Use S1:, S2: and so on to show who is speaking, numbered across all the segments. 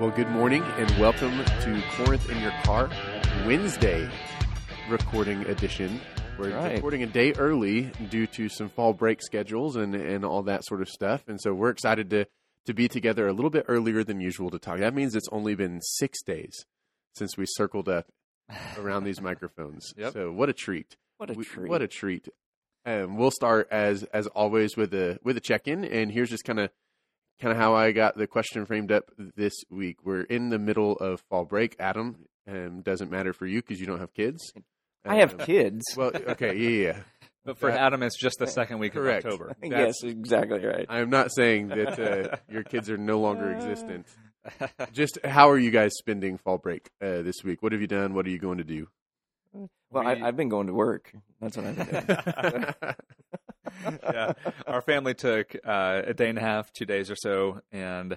S1: Well, good morning and welcome to Corinth in Your Car Wednesday recording edition. We're
S2: Right.
S1: recording a day early due to some fall break schedules and, and all that sort of stuff. And so we're excited to, to be together a little bit earlier than usual to talk. That means it's only been six days since we circled up around these microphones.
S2: Yep.
S1: So what a treat.
S2: What a
S1: We-
S2: treat.
S1: What a treat. Um, we'll start as as always with a with a check in, and here's just kind of kind of how I got the question framed up this week. We're in the middle of fall break. Adam um, doesn't matter for you because you don't have kids.
S2: I have
S1: Um,
S2: kids.
S1: Well, okay, yeah, yeah.
S3: But for
S1: That-
S3: Adam, it's just the second week
S1: Correct.
S3: of October.
S1: that's-
S2: yes, exactly right.
S1: I am not saying that uh, your kids are no longer
S2: Uh.
S1: existent. Just how are you guys spending fall break uh, this week? What have you done? What are you going to do?
S2: Well,
S3: we-
S2: I, I've been going to work. That's what I've been doing.
S3: yeah, our family took uh, a day and a half, two days or so, and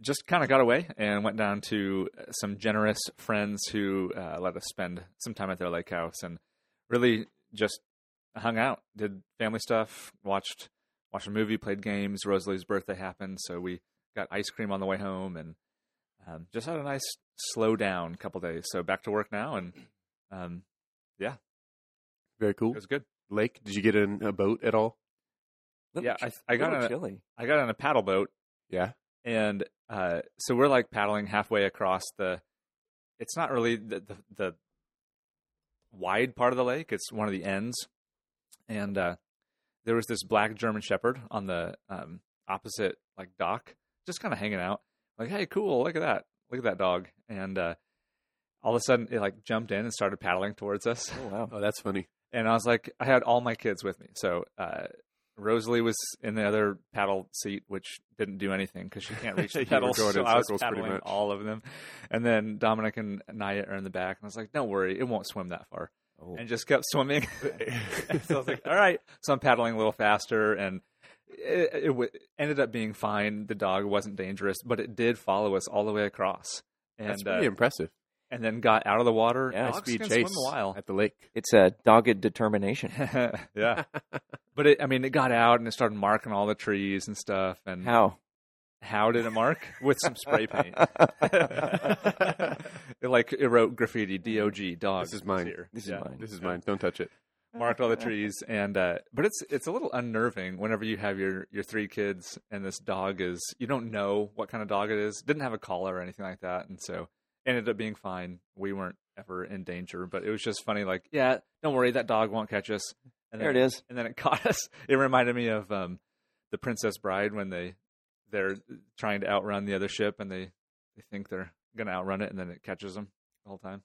S3: just kind of got away and went down to some generous friends who uh, let us spend some time at their lake house and really just hung out, did family stuff, watched watched a movie, played games. Rosalie's birthday happened, so we got ice cream on the way home and um, just had a nice slow down couple days. So back to work now, and um,
S1: Very cool.
S3: it was good.
S1: Lake, did you get in a boat at all?
S3: Yeah, I, I got
S2: Little
S3: on a,
S2: chilly.
S3: I got on a paddle boat
S1: Yeah.
S3: and uh, so we're like paddling halfway across the. It's not really the, the the wide part of the lake. It's one of the ends, and uh, there was this black German Shepherd on the um, opposite like dock, just kind of hanging out. Like, hey, cool! Look at that! Look at that dog! And uh, all of a sudden, it like jumped in and started paddling towards us
S2: Oh wow.
S1: Oh, that's funny.
S3: and I was like, I had all my kids with me. So uh, Rosalie was in the other paddle seat, which didn't do anything because she can't reach
S1: You
S3: the
S1: were
S3: pedals.
S1: going
S3: So
S1: in
S3: I was
S1: circles pretty
S3: paddling
S1: much.
S3: all of them, and then Dominic and Naya are in the back, and I was like, "Don't worry, it won't swim that far,"
S2: Oh.
S3: and just kept swimming. so I was like, "All right." So I'm paddling a little faster, and it, it w- ended up being fine. The dog wasn't dangerous, but it did follow us all the way across,
S1: That's
S3: and
S1: pretty
S3: uh,
S1: impressive.
S3: and then got out of the water.
S2: Yeah,
S3: Dogs
S1: Speed
S3: can
S1: chase
S3: swim a while.
S1: at the lake.
S2: It's a dogged determination.
S3: yeah. But it, I mean, it got out and it started marking all the trees and stuff.
S1: Hmm,
S3: And how,
S2: How?
S3: did it mark? With some spray paint. it, like it wrote graffiti, DOG, dog.
S1: This is mine.
S3: Here.
S2: This
S3: Yeah.
S2: is mine.
S1: This is mine. Don't touch it.
S3: Marked all the trees, and uh, but it's it's a little unnerving whenever you have your your three kids and this dog is you don't know what kind of dog it is. Didn't have a collar or anything like that, and so ended up being fine. We weren't ever in danger, but it was just funny. Like, yeah, don't worry, that dog won't catch us. And
S2: There
S3: then-
S2: it is.
S3: and then it caught us. It reminded me of um, the Princess Bride when they they're trying to outrun the other ship and they they think they're gonna outrun it, and then it catches them the whole time.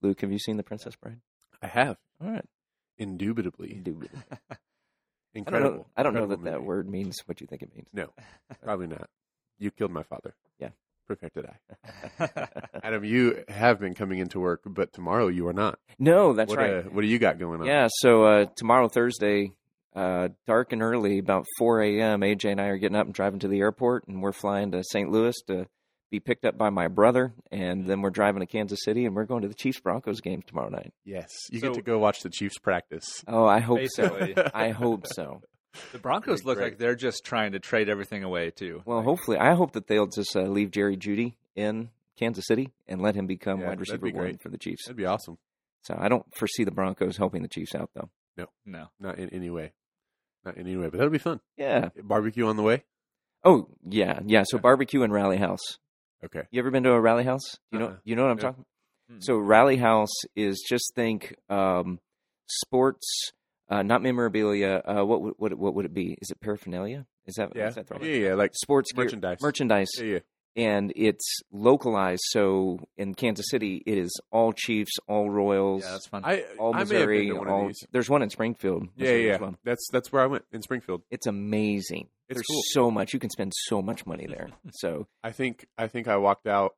S2: Luke, have you seen The Princess Bride?
S1: I have.
S2: All right.
S1: Indubitably.
S2: Dude. I don't know,
S1: Incredible.
S2: I don't know that
S1: Incredible
S2: that
S1: movie.
S2: word means what you think it means.
S1: No, probably not. You killed my father.
S2: Yeah.
S1: Perfected I. Adam, you have been coming into work, but tomorrow you are not.
S2: No, that's
S1: what,
S2: right.
S1: uh, what do you got going on?
S2: Yeah, so uh, tomorrow, Thursday, uh, dark and early, about 4 a.m., AJ and I are getting up and driving to the airport, and we're flying to St. Louis to be picked up by my brother, and then we're driving to Kansas City, and we're going to the Chiefs Broncos game tomorrow night.
S1: Yes. You
S3: So-
S1: get to go watch the Chiefs practice.
S2: Oh, I hope
S3: Basically,
S2: so. I hope so.
S3: the Broncos look
S1: Great.
S3: like they're just trying to trade everything away too.
S2: Well, hopefully, I hope that they'll just uh, leave Jerry Judy in Kansas City and let him become
S1: Yeah,
S2: wide
S1: that'd
S2: receiver
S1: be
S2: one
S1: great.
S2: for the Chiefs.
S1: That'd be awesome.
S2: So I don't foresee the Broncos helping the Chiefs out, though.
S3: No,
S1: Not in any way. Not in any way, but that'll be fun.
S2: Yeah.
S1: Barbecue on the way.
S2: Oh, yeah, yeah. So barbecue and rally house.
S1: Okay.
S2: You ever been to a rally house? You know,
S1: Uh-uh. Hmm.
S2: you know what I'm
S1: No.
S2: talking.
S3: Mm-mm.
S2: So rally house is just think um, sports, uh, not memorabilia. Uh, what would what, what would it be? Is it paraphernalia? Is that
S1: Yeah.
S2: Is that the right-
S1: Yeah, yeah. Like
S2: Sports gear,
S1: merchandise.
S2: merchandise,
S1: Yeah, yeah.
S2: and it's localized. So in Kansas City, it is all Chiefs, all
S3: yeah,
S2: Royals,
S3: that's fun.
S1: I,
S2: all
S1: I may have been
S2: Missouri.
S1: to one
S2: all
S1: of these.
S2: there's one in Springfield.
S1: Yeah,
S2: Missouri
S1: yeah.
S2: as well.
S1: That's that's where I went in Springfield.
S2: It's amazing.
S1: It's
S2: there's
S1: cool.
S2: so much you can spend so much money there. So
S1: I think I think I walked out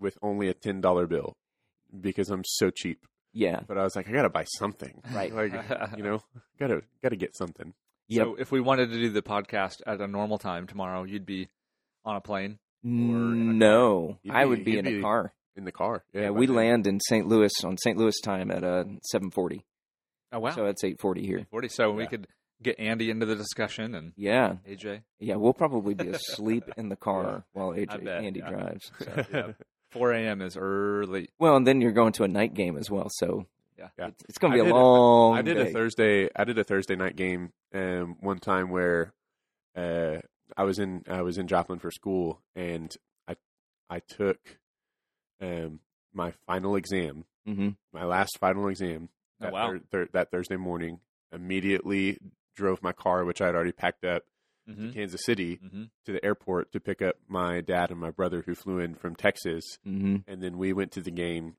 S1: with only a ten dollar bill because I'm so cheap.
S2: yeah,
S1: But I was like, I gotta buy something.
S2: right.
S1: Like you know, gotta gotta get something.
S2: Yep.
S3: So if we wanted to do the podcast at a normal time tomorrow, you'd be on a plane. in a
S2: No,
S1: You'd
S2: I
S1: be-
S2: would be
S1: you'd
S2: in
S1: be-
S2: a car.
S1: in the car.
S2: Yeah,
S1: by
S2: we
S1: then.
S2: land in St. Louis on St. Louis time at uh, 7:40.
S3: Oh wow,
S2: So it's 8:40 here.
S3: forty. So we
S1: Yeah.
S3: could get Andy into the discussion and
S2: Yeah,
S3: AJ.
S2: yeah, we'll probably be asleep in the car while AJ
S3: bet,
S2: Andy
S3: yeah.
S2: drives. so.
S3: Yeah. 4 a.m. is early.
S2: Well, and then you're going to a night game as well, so
S3: Yeah.
S1: Yeah.
S2: it's, it's going to
S1: I
S2: be a
S1: did a-
S2: long.
S1: I did
S2: day.
S1: a Thursday. I did a Thursday night game um, one time where uh, I was in I was in Joplin for school, and I I took um, my final exam,
S2: Mhm.
S1: my last final exam.
S3: Oh,
S1: That,
S3: wow.
S1: thir- thir- that Thursday morning, immediately drove my car, which I had already packed up,
S3: Mm-hmm.
S1: Kansas City
S3: Mm-hmm.
S1: to the airport to pick up my dad and my brother who flew in from Texas
S3: Mm-hmm.
S2: Mhm.
S1: and then we went to the game.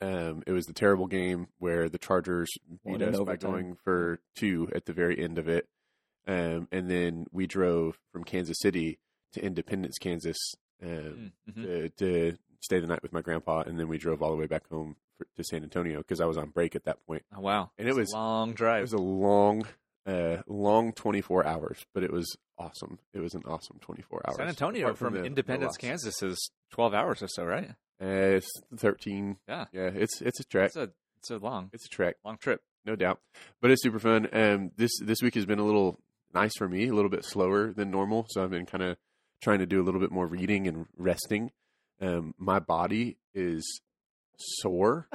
S1: Um, it was the terrible game where the Chargers
S2: Won
S1: beat
S2: in
S1: us by
S2: overtime.
S1: going for two at the very end of it, um, and then we drove from Kansas City to Independence, Kansas, um,
S3: Mm-hmm.
S1: to, to stay the night with my grandpa, and then we drove all the way back home for, to San Antonio because I was on break at that point.
S3: Oh, wow.
S1: And it
S3: It's a
S1: was-
S3: long
S1: It
S3: drive.
S1: was a long, uh, long twenty four hours, but it was awesome. It was an awesome twenty four hours.
S3: San Antonio
S1: Apart
S3: from,
S1: the- the
S3: Independence,
S1: loss.
S3: Kansas is 12 hours or so, right?
S1: Uh, it's thirteen.
S3: Yeah.
S1: yeah. It's it's a trek.
S3: It's a, it's a long,
S1: It's a trek.
S3: long trip.
S1: no doubt. But it's super fun. Um, this this week has been a little nice for me, a little bit slower than normal. So I've been kind of trying to do a little bit more reading and resting. Um, my body is sore,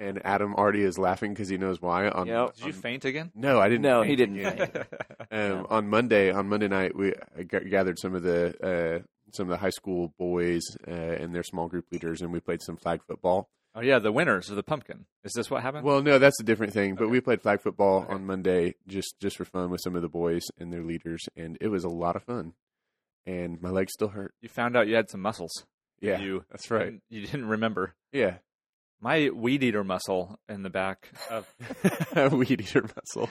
S1: and Adam already is laughing because he knows why. On,
S2: Yep.
S3: Did you
S1: on-
S3: faint again?
S1: No, I didn't.
S2: No, he
S1: faint
S2: didn't
S1: again.
S2: faint.
S1: Um,
S2: Yeah.
S1: On Monday, on Monday night, we uh, g- gathered some of the uh, some of the high school boys uh, and their small group leaders, and we played some flag football.
S3: Oh, yeah. The winners of the pumpkin. Is this what happened?
S1: Well, no, that's a different thing. But
S3: Okay.
S1: we played flag football
S3: Okay.
S1: on Monday just just for fun with some of the boys and their leaders, and it was a lot of fun. And my legs still hurt.
S3: you found out you had some muscles. that
S1: Yeah,
S3: You,
S1: that's right.
S3: didn't- you didn't remember.
S1: Yeah,
S3: My weed eater muscle in the back of.
S1: weed eater muscle.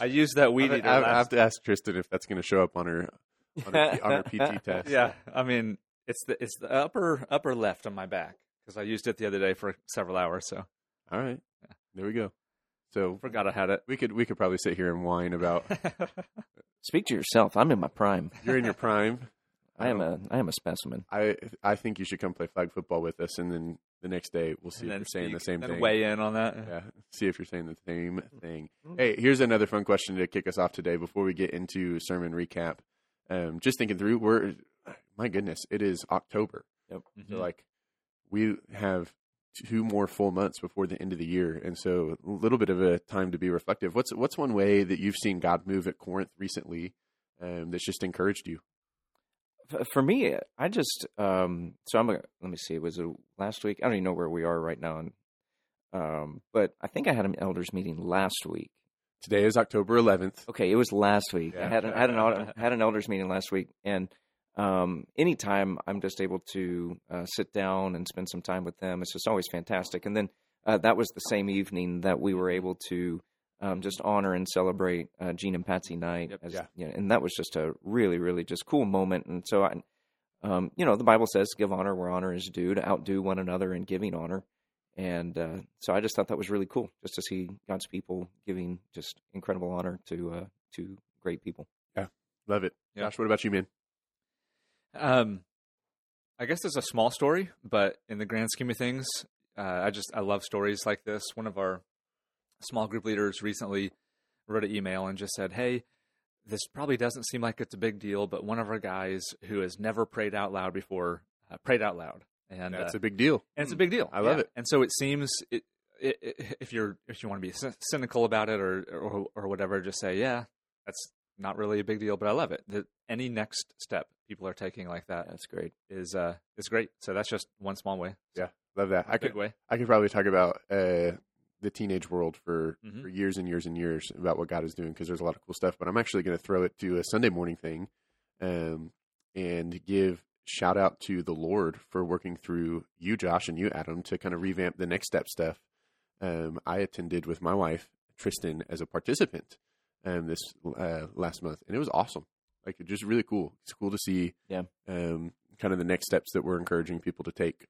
S3: I used that weed
S1: I,
S3: eater.
S1: I, I have
S3: last,
S1: to ask Tristan if that's going to show up on her on her, P- on her PT test.
S3: yeah, I mean it's the it's the upper upper left on my back because I used it the other day for several hours, so
S1: All right, there we go. So
S3: forgot I had it.
S1: we could we could probably sit here and whine about
S2: Speak to yourself. I'm in my prime.
S1: you're in your prime.
S2: I am a I am a specimen.
S1: I I think you should come play flag football with us, and then the next day we'll see if
S3: and then
S1: you're saying the
S3: speak-
S1: same
S3: then
S1: thing.
S3: weigh in on that.
S1: Yeah, see if you're saying the same
S3: Mm-hmm.
S1: thing. Hey, here's another fun question to kick us off today before we get into sermon recap. Um, just thinking through, we're my goodness, it is October.
S3: Mhm.
S1: So like, we have two more full months before the end of the year, and so a little bit of a time to be reflective. What's what's one way that you've seen God move at Corinth recently um, that's just encouraged you?
S2: F- For me, I just um so I'm a, let me see. Was it last week? I don't even know where we are right now. And, um, but I think I had an elders meeting last week.
S1: Today is October 11th.
S2: Okay, it was last week. I
S1: Yeah.
S2: had an, had an el- had an elders meeting last week, and um, anytime I'm just able to uh, sit down and spend some time with them, it's just always fantastic. And then uh, that was the same evening that we were able to um, just honor and celebrate uh, Gene and Patsy Night,
S3: Yep.
S2: as,
S1: Yeah.
S2: you know, and that was just a really, really just cool moment. And so I, um, you know, the Bible says, "Give honor where honor is due," to outdo one another in giving honor. And uh, so I just thought that was really cool, just to see God's people giving just incredible honor to uh, to great people.
S1: Love it.
S3: Yeah.
S1: Josh, what about you, man?
S3: Um, I guess it's a small story, but in the grand scheme of things, uh, I just I love stories like this. One of our small group leaders recently wrote an email and just said, "Hey, this probably doesn't seem like it's a big deal, but one of our guys who has never prayed out loud before uh, prayed out loud, and
S1: That's
S3: uh,
S1: a big deal.
S3: and it's a big deal.
S1: Mm. I love it.
S3: And so it seems it, it, it, if you're if you want to be cy- cynical about it or, or or whatever, just say yeah, that's not really a big deal. But I love it. That any next step people are taking like that
S2: That's great.
S3: is uh is great. So that's just one small way.
S1: Yeah. Love that. I
S3: I
S1: could
S3: big way.
S1: I could probably talk about uh, the teenage world for,
S3: Mhm.
S1: for years and years and years about what God is doing because there's a lot of cool stuff. But I'm actually going to throw it to a Sunday morning thing um, and give shout out to the Lord for working through you, Josh, and you, Adam, to kind of revamp the next step stuff. Um, I attended with my wife, Tristan, as a participant um, this uh, last month, and it was awesome. Like, it just really cool. It's cool to see
S2: Yeah.
S1: um, kind of the next steps that we're encouraging people to take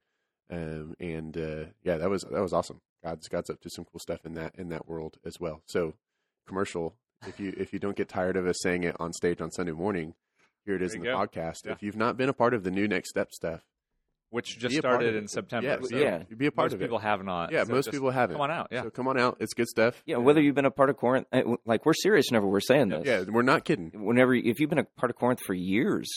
S1: um, and uh, yeah, that was that was awesome. God's God's up to some cool stuff in that in that world as well. So, commercial. If you if you don't get tired of us saying it on stage on Sunday morning, here it is
S3: There
S1: in the
S3: you go.
S1: podcast.
S3: Yeah.
S1: If you've not been a part of the new Next Step stuff,
S3: which just
S1: Be a part
S3: started
S1: of it.
S3: in September.
S1: Yeah,
S3: so
S2: yeah.
S1: Be a part
S3: most
S1: of
S3: people
S1: it.
S3: have not.
S1: yeah,
S3: so
S1: most
S3: just
S1: people have it.
S3: Come on out. Yeah.
S1: So come on out. It's good stuff.
S2: Yeah, whether you've been a part of Corinth, I- like we're serious whenever we're saying this.
S1: Yeah, we're not kidding.
S2: Whenever if you've been a part of Corinth for years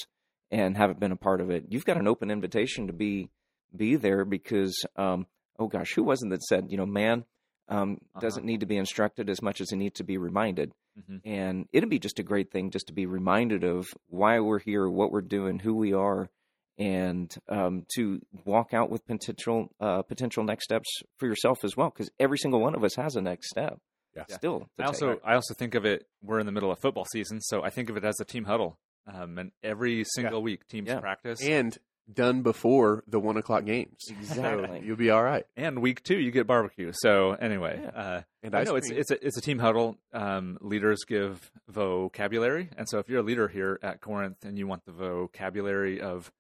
S2: and haven't been a part of it, you've got an open invitation to be be there because um, oh gosh, who wasn't that said you know man um,
S3: Uh-huh.
S2: doesn't need to be instructed as much as he needs to be reminded,
S3: Mhm.
S2: and it'd be just a great thing just to be reminded of why we're here, what we're doing, who we are. And um, to walk out with potential uh, potential next steps for yourself as well, because every single one of us has a next step.
S1: Yeah.
S2: Still, to
S3: I
S2: take.
S3: also I also think of it. We're in the middle of football season, so I think of it as a team huddle. Um, and every single week, teams
S2: Yeah.
S3: practice.
S1: And done before the one o'clock games.
S2: Exactly.
S1: So you'll be all right.
S3: And week two, you get barbecue. So anyway,
S2: Yeah.
S3: uh,
S1: And
S3: I
S1: ice
S3: know it's
S1: cream.
S3: it's a, it's a team huddle. Um, leaders give vocabulary, and so if you're a leader here at Corinth and you want the vocabulary of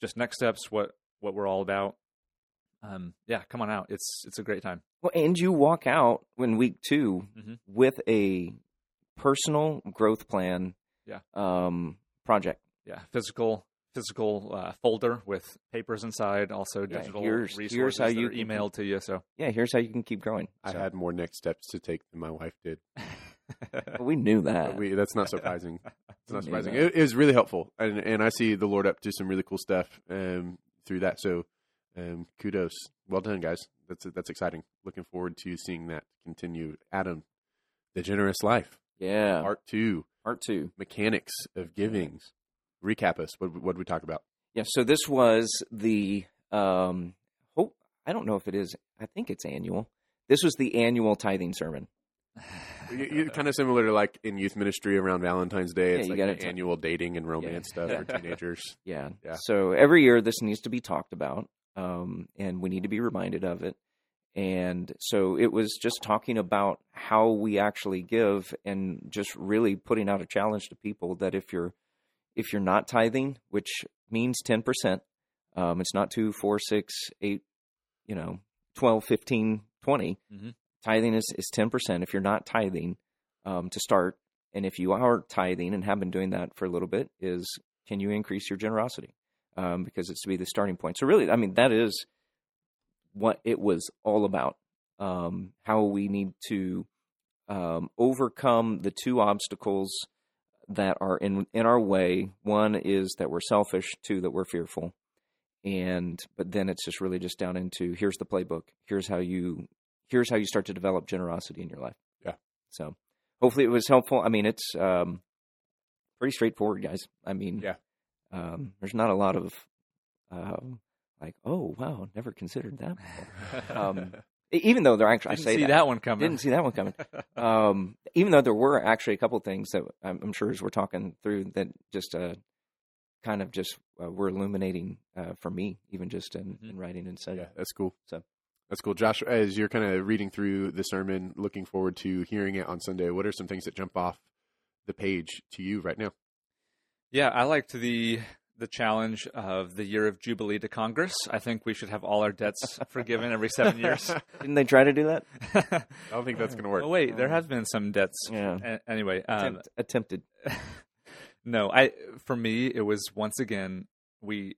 S3: just next steps, what what we're all about, um, yeah, come on out. It's it's a great time.
S2: Well, and you walk out in week 2
S3: Mhm.
S2: with a personal growth plan.
S3: Yeah.
S2: Um, project.
S3: Yeah, physical physical uh, folder with papers inside, also
S2: Yeah,
S3: digital
S2: here's-
S3: resources
S2: here's how
S3: that
S2: you
S3: are
S2: can-
S3: emailed to you. So
S2: Yeah. Here's how you can keep growing.
S1: I
S2: So-
S1: had more next steps to take than my wife did.
S2: But we knew that.
S1: But we, that's not surprising. It's not
S2: Knew
S1: surprising.
S2: that.
S1: It, it was really helpful, and and I see the Lord up to some really cool stuff um, through that. So, um, kudos, well done, guys. That's that's exciting. Looking forward to seeing that continue. Adam, the generous life,
S2: yeah. Part,
S1: part two,
S2: two.
S1: mechanics of giving. Recap us. What what did we talk about?
S2: Yeah. So this was the um. Oh, I don't know if it is. I think it's annual. This was the annual tithing sermon.
S1: You, you, kind of similar to like in youth ministry around Valentine's Day.
S2: Yeah,
S1: It's
S2: you
S1: like
S2: gotta
S1: the
S2: t-
S1: annual dating and romance stuff for teenagers.
S2: Yeah.
S1: Yeah.
S2: So every year, this needs to be talked about, um, and we need to be reminded of it. And so it was just talking about how we actually give, and just really putting out a challenge to people that if you're if you're not tithing, which means ten percent, um, it's not two, four, six, eight, you know, 12, 15, 20.
S3: Mhm.
S2: Tithing is is ten percent. If you're not tithing, um, to start, and if you are tithing and have been doing that for a little bit, is can you increase your generosity? Um, because it's to be the starting point. So really, I mean, that is what it was all about. Um, how we need to um, overcome the two obstacles that are in in our way. One is that we're selfish. Two that we're fearful. And but then it's just really just down into here's the playbook. Here's how you here's how you start to develop generosity in your life.
S1: Yeah.
S2: So hopefully it was helpful. I mean, it's um, pretty straightforward, guys. I mean,
S1: Yeah.
S2: um, there's not a lot of um, like, oh wow, never considered that. before." Um, E- Even though there actually,
S3: Didn't
S2: I say
S3: see that,
S2: that,
S3: one coming.
S2: didn't see that one coming. Um, even though there were actually a couple of things that I'm, I'm sure as we're talking through that just uh, kind of just uh, were illuminating uh, for me, even just in,
S3: Mm-hmm.
S2: in writing and studying.
S1: Yeah, that's cool.
S2: So-
S1: that's cool, Josh. As you're kind of reading through the sermon, looking forward to hearing it on Sunday. What are some things that jump off the page to you right now?
S3: Yeah, I liked the the challenge of the year of jubilee to Congress. I think we should have all our debts forgiven every seven years.
S1: I
S2: Didn't they try to do that?
S1: don't think that's gonna work.
S3: Oh wait, there have been some debts.
S2: Yeah.
S3: A- anyway, um,
S2: Attempt- attempted.
S3: no, I for me it was once again we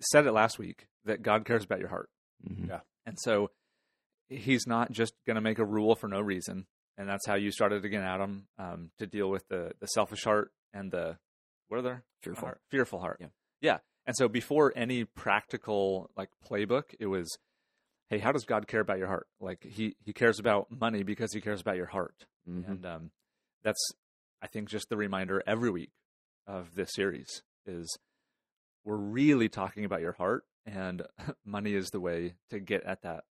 S3: said it last week that God cares about your heart,
S2: Mhm.
S3: and so He's not just going to make a rule for no reason. And that's how you started again, Adam, um, to deal with the the selfish heart and the what are there
S2: Fearful.
S3: heart, fearful heart.
S2: Yeah.
S3: Yeah. And so before any practical like playbook, it was, hey, how does God care about your heart? Like he he cares about money because he cares about your heart.
S2: Mhm.
S3: And um, that's I think just the reminder every week of this series is we're really talking about your heart, and money is the way to get at that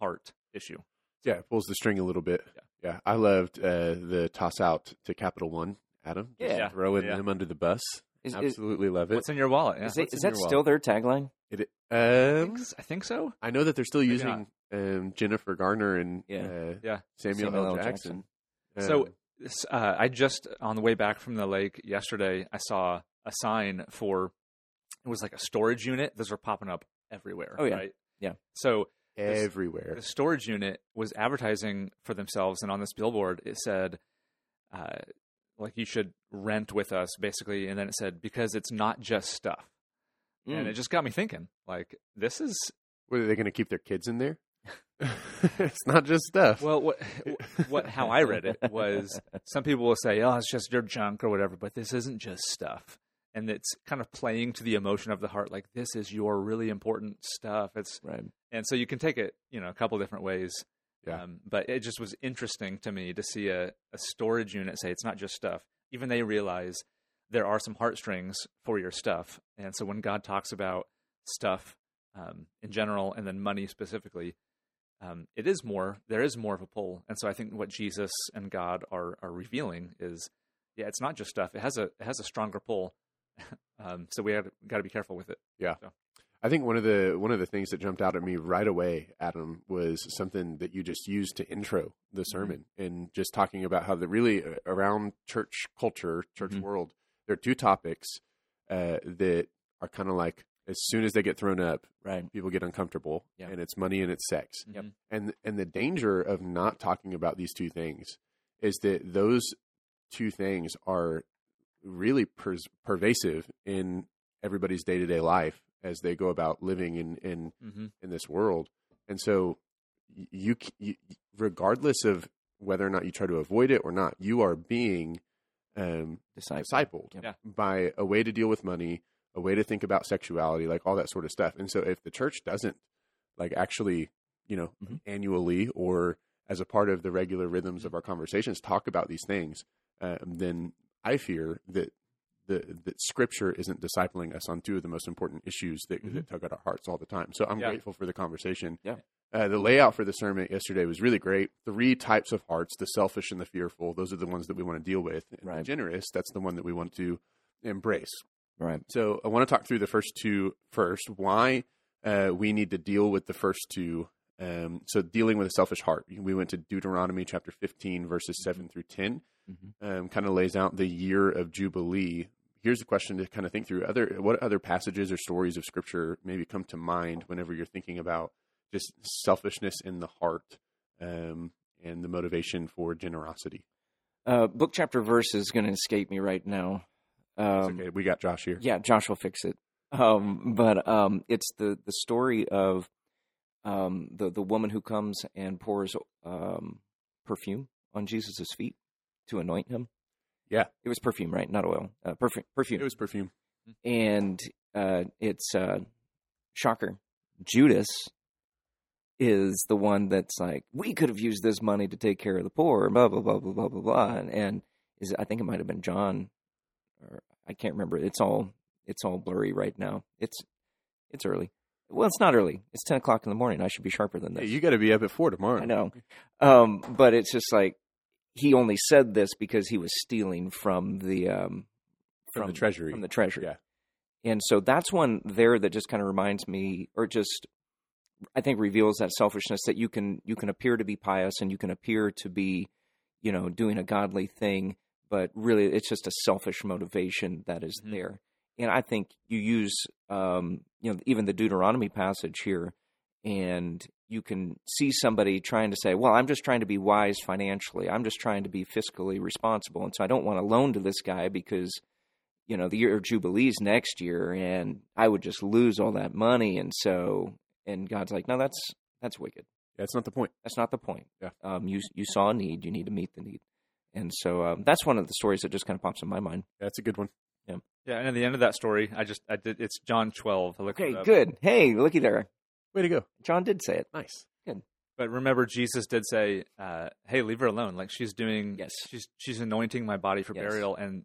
S3: heart issue.
S1: Yeah, it pulls the string a little bit. Yeah, I loved uh, the toss out to Capital One, Adam. Just
S2: Yeah.
S1: throwing
S3: Yeah.
S1: them under the bus.
S2: Is, is,
S1: Absolutely love it.
S3: What's in your wallet? Yeah.
S2: is, it-
S1: what's
S2: is
S1: in
S2: that
S1: your
S2: still their tagline?
S1: It-
S3: I
S1: um,
S3: think s- I think so.
S1: I know that they're still
S3: Maybe
S1: using um, Jennifer Garner and
S2: Yeah.
S1: Uh,
S3: Yeah.
S1: Samuel,
S2: Samuel
S1: L.
S2: L.
S1: Jackson.
S3: So-
S1: Um,
S3: s- uh, I just on the way back from the lake yesterday, I saw a sign for it was like a storage unit. Those are popping up everywhere.
S2: Oh, yeah.
S3: right?
S2: Yeah.
S3: So This-
S1: everywhere.
S3: the storage unit was advertising for themselves, and on this billboard, it said, uh, "Like you should rent with us," basically, and then it said, "Because it's not just stuff." and
S2: Mm.
S3: it just got me thinking. Like this is
S1: What are they going to keep their kids in there? it's not just stuff.
S3: well, what, what how I read it was some people will say, "Oh, it's just your junk or whatever," but this isn't just stuff, and it's kind of playing to the emotion of the heart. Like this is your really important stuff. It's
S2: Right.
S3: and so you can take it, you know, a couple different ways.
S1: Yeah.
S3: Um, but it just was interesting to me to see a, a storage unit say it's not just stuff. Even they realize there are some heartstrings for your stuff, and so when God talks about stuff um, in general and then money specifically, um, it is more. There is more of a pull, and so I think what Jesus and God are are revealing is, yeah, it's not just stuff. It has a it has a stronger pull. um, so we have got to be careful with it.
S1: I think one of the one of the things that jumped out at me right away, Adam, was something that you just used to intro
S3: Mm-hmm.
S1: the sermon and just talking about how the really uh, around church culture, church
S3: Mhm.
S1: world, there are two topics uh, that are kind of like as soon as they get thrown up,
S2: Right.
S1: people get uncomfortable,
S2: Yeah.
S1: and it's money and it's sex
S2: Yep.
S1: and and the danger of not talking about these two things is that those two things are really per- pervasive in everybody's day to day life as they go about living in in
S3: Mm-hmm.
S1: in this world, and so y- you, c- you regardless of whether or not you try to avoid it or not, you are being um,
S2: Disciple.
S1: discipled
S2: Yep.
S3: Yeah.
S1: by a way to deal with money, a way to think about sexuality, like all that sort of stuff. And so if the church doesn't like actually, you know,
S2: Mhm.
S1: annually or as a part of the regular rhythms of
S2: Mm-hmm.
S1: our conversations talk about these things, um, then I fear that the that scripture isn't discipling us on two of the most important issues that, that tug at our hearts all the time. So I'm
S3: Yeah.
S1: grateful for the conversation.
S2: Mm-hmm. Yeah.
S1: Uh, the layout for the sermon yesterday was really great. Three types of hearts: the selfish and the fearful. Those are the ones that we want to deal with. And the
S2: Right.
S1: generous. That's the one that we want to embrace.
S2: Right.
S1: So I want to talk through the first two first. Why uh, we need to deal with the first two. Um, so dealing with a selfish heart. We went to Deuteronomy chapter 15, verses
S2: Mm-hmm.
S1: 7 through 10
S2: Mhm.
S1: um, kind of lays out the year of jubilee. Here's a question to kind of think through: other what other passages or stories of Scripture maybe come to mind whenever you're thinking about just selfishness in the heart um, and the motivation for generosity?
S2: Uh, book chapter verse is going to escape me right now. Um,
S1: It's okay, we got Josh here.
S2: Yeah, Josh will fix it. Um, but um, it's the the story of um, the the woman who comes and pours um, perfume on Jesus' feet to anoint him.
S1: Yeah.
S2: it was perfume, right? Not oil. Uh, perfume. Perfume.
S1: It was perfume.
S2: and uh, it's uh, shocker. Judas is the one that's like, we could have used this money to take care of the poor, blah blah blah blah blah blah blah, and, and is I think it might have been John, or I can't remember. It's all it's all blurry right now. It's it's early. Well, it's not early. It's ten o'clock in the morning. I should be sharper than this.
S1: Hey, you got to be up at four tomorrow.
S2: I know. Um, but it's just like he only said this because he was stealing from the um,
S1: From the treasury.
S2: From the treasury.
S1: Yeah.
S2: And so that's one there that just kind of reminds me, or just I think reveals that selfishness that you can you can appear to be pious and you can appear to be, you know, doing a godly thing, but really it's just a selfish motivation that is
S3: Mhm.
S2: there. And I think you use, um, you know, even the Deuteronomy passage here and you can see somebody trying to say, "Well, I'm just trying to be wise financially. I'm just trying to be fiscally responsible, and so I don't want to loan to this guy because you know the year of jubilees next year, and I would just lose all that money." And so, and God's like, "No, that's that's wicked.
S1: That's not the point.
S2: That's not the point.
S1: Yeah.
S2: Um, you you saw a need. You need to meet the need." And so um, that's one of the stories that just kind of pops in my mind.
S1: That's a good one.
S3: Yeah, and at the end of that story, I just I did. It's John twelve. I looked it
S2: Okay,
S3: up.
S2: good. Hey, looky there.
S1: Way to go.
S2: John did say it.
S1: Nice.
S3: But remember, Jesus did say, uh, "Hey, leave her alone. Like she's doing.
S2: Yes.
S3: she's she's anointing my body for
S2: Yes.
S3: burial." And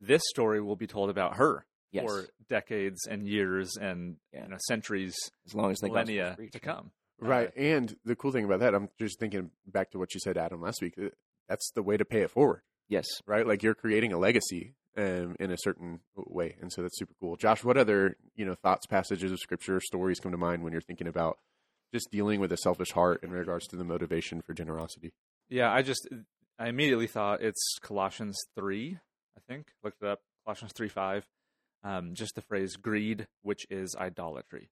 S3: this story will be told about her
S2: Yes,
S3: for decades and years and
S2: Yeah.
S3: you know centuries,
S2: as long as the gospel is
S3: millennia
S2: preached.
S3: to come. Uh,
S1: Right. and the cool thing about that, I'm just thinking back to what you said, Adam, last week. uh, That's the way to pay it forward.
S2: Yes.
S1: right? Like you're creating a legacy um, in a certain way, and so that's super cool. Josh, what other you know thoughts, passages of scripture, stories come to mind when you're thinking about just dealing with a selfish heart in regards to the motivation for generosity?
S3: Yeah, I just I immediately thought it's Colossians three. I think looked it up. Colossians three five. Um, just the phrase greed, which is idolatry.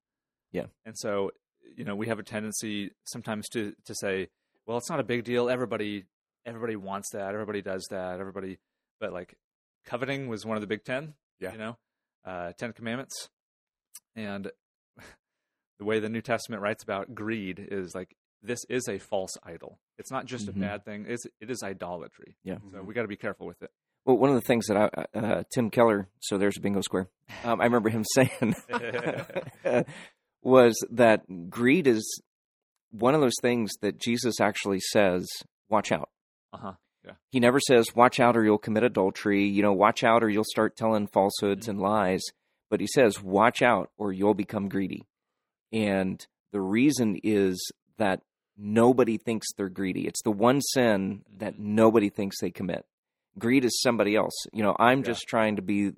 S2: Yeah.
S3: And so you know we have a tendency sometimes to to say, well, it's not a big deal. Everybody everybody wants that. Everybody does that. Everybody, but like coveting was one of the big ten.
S1: Yeah.
S3: You know, uh, Ten Commandments. And the way the New Testament writes about greed is like this is a false idol. It's not just
S2: Mhm.
S3: a bad thing. It's it is idolatry. So
S1: Mm-hmm.
S3: we got to be careful with it.
S2: Well, one of the things that I, uh, Tim Keller, so there's bingo square. Um, I remember him saying Uh-huh. was that greed is one of those things that Jesus actually says, "Watch out."
S3: Uh huh.
S2: He never says, "Watch out, or you'll commit adultery." You know, watch out, or you'll start telling
S3: Mm-hmm.
S2: falsehoods and lies. But he says, "Watch out, or you'll become greedy." And the reason is that nobody thinks they're greedy. It's the one sin that
S3: Mhm.
S2: nobody thinks they commit. Greed is somebody else. You know, I'm
S3: Yeah.
S2: just trying to be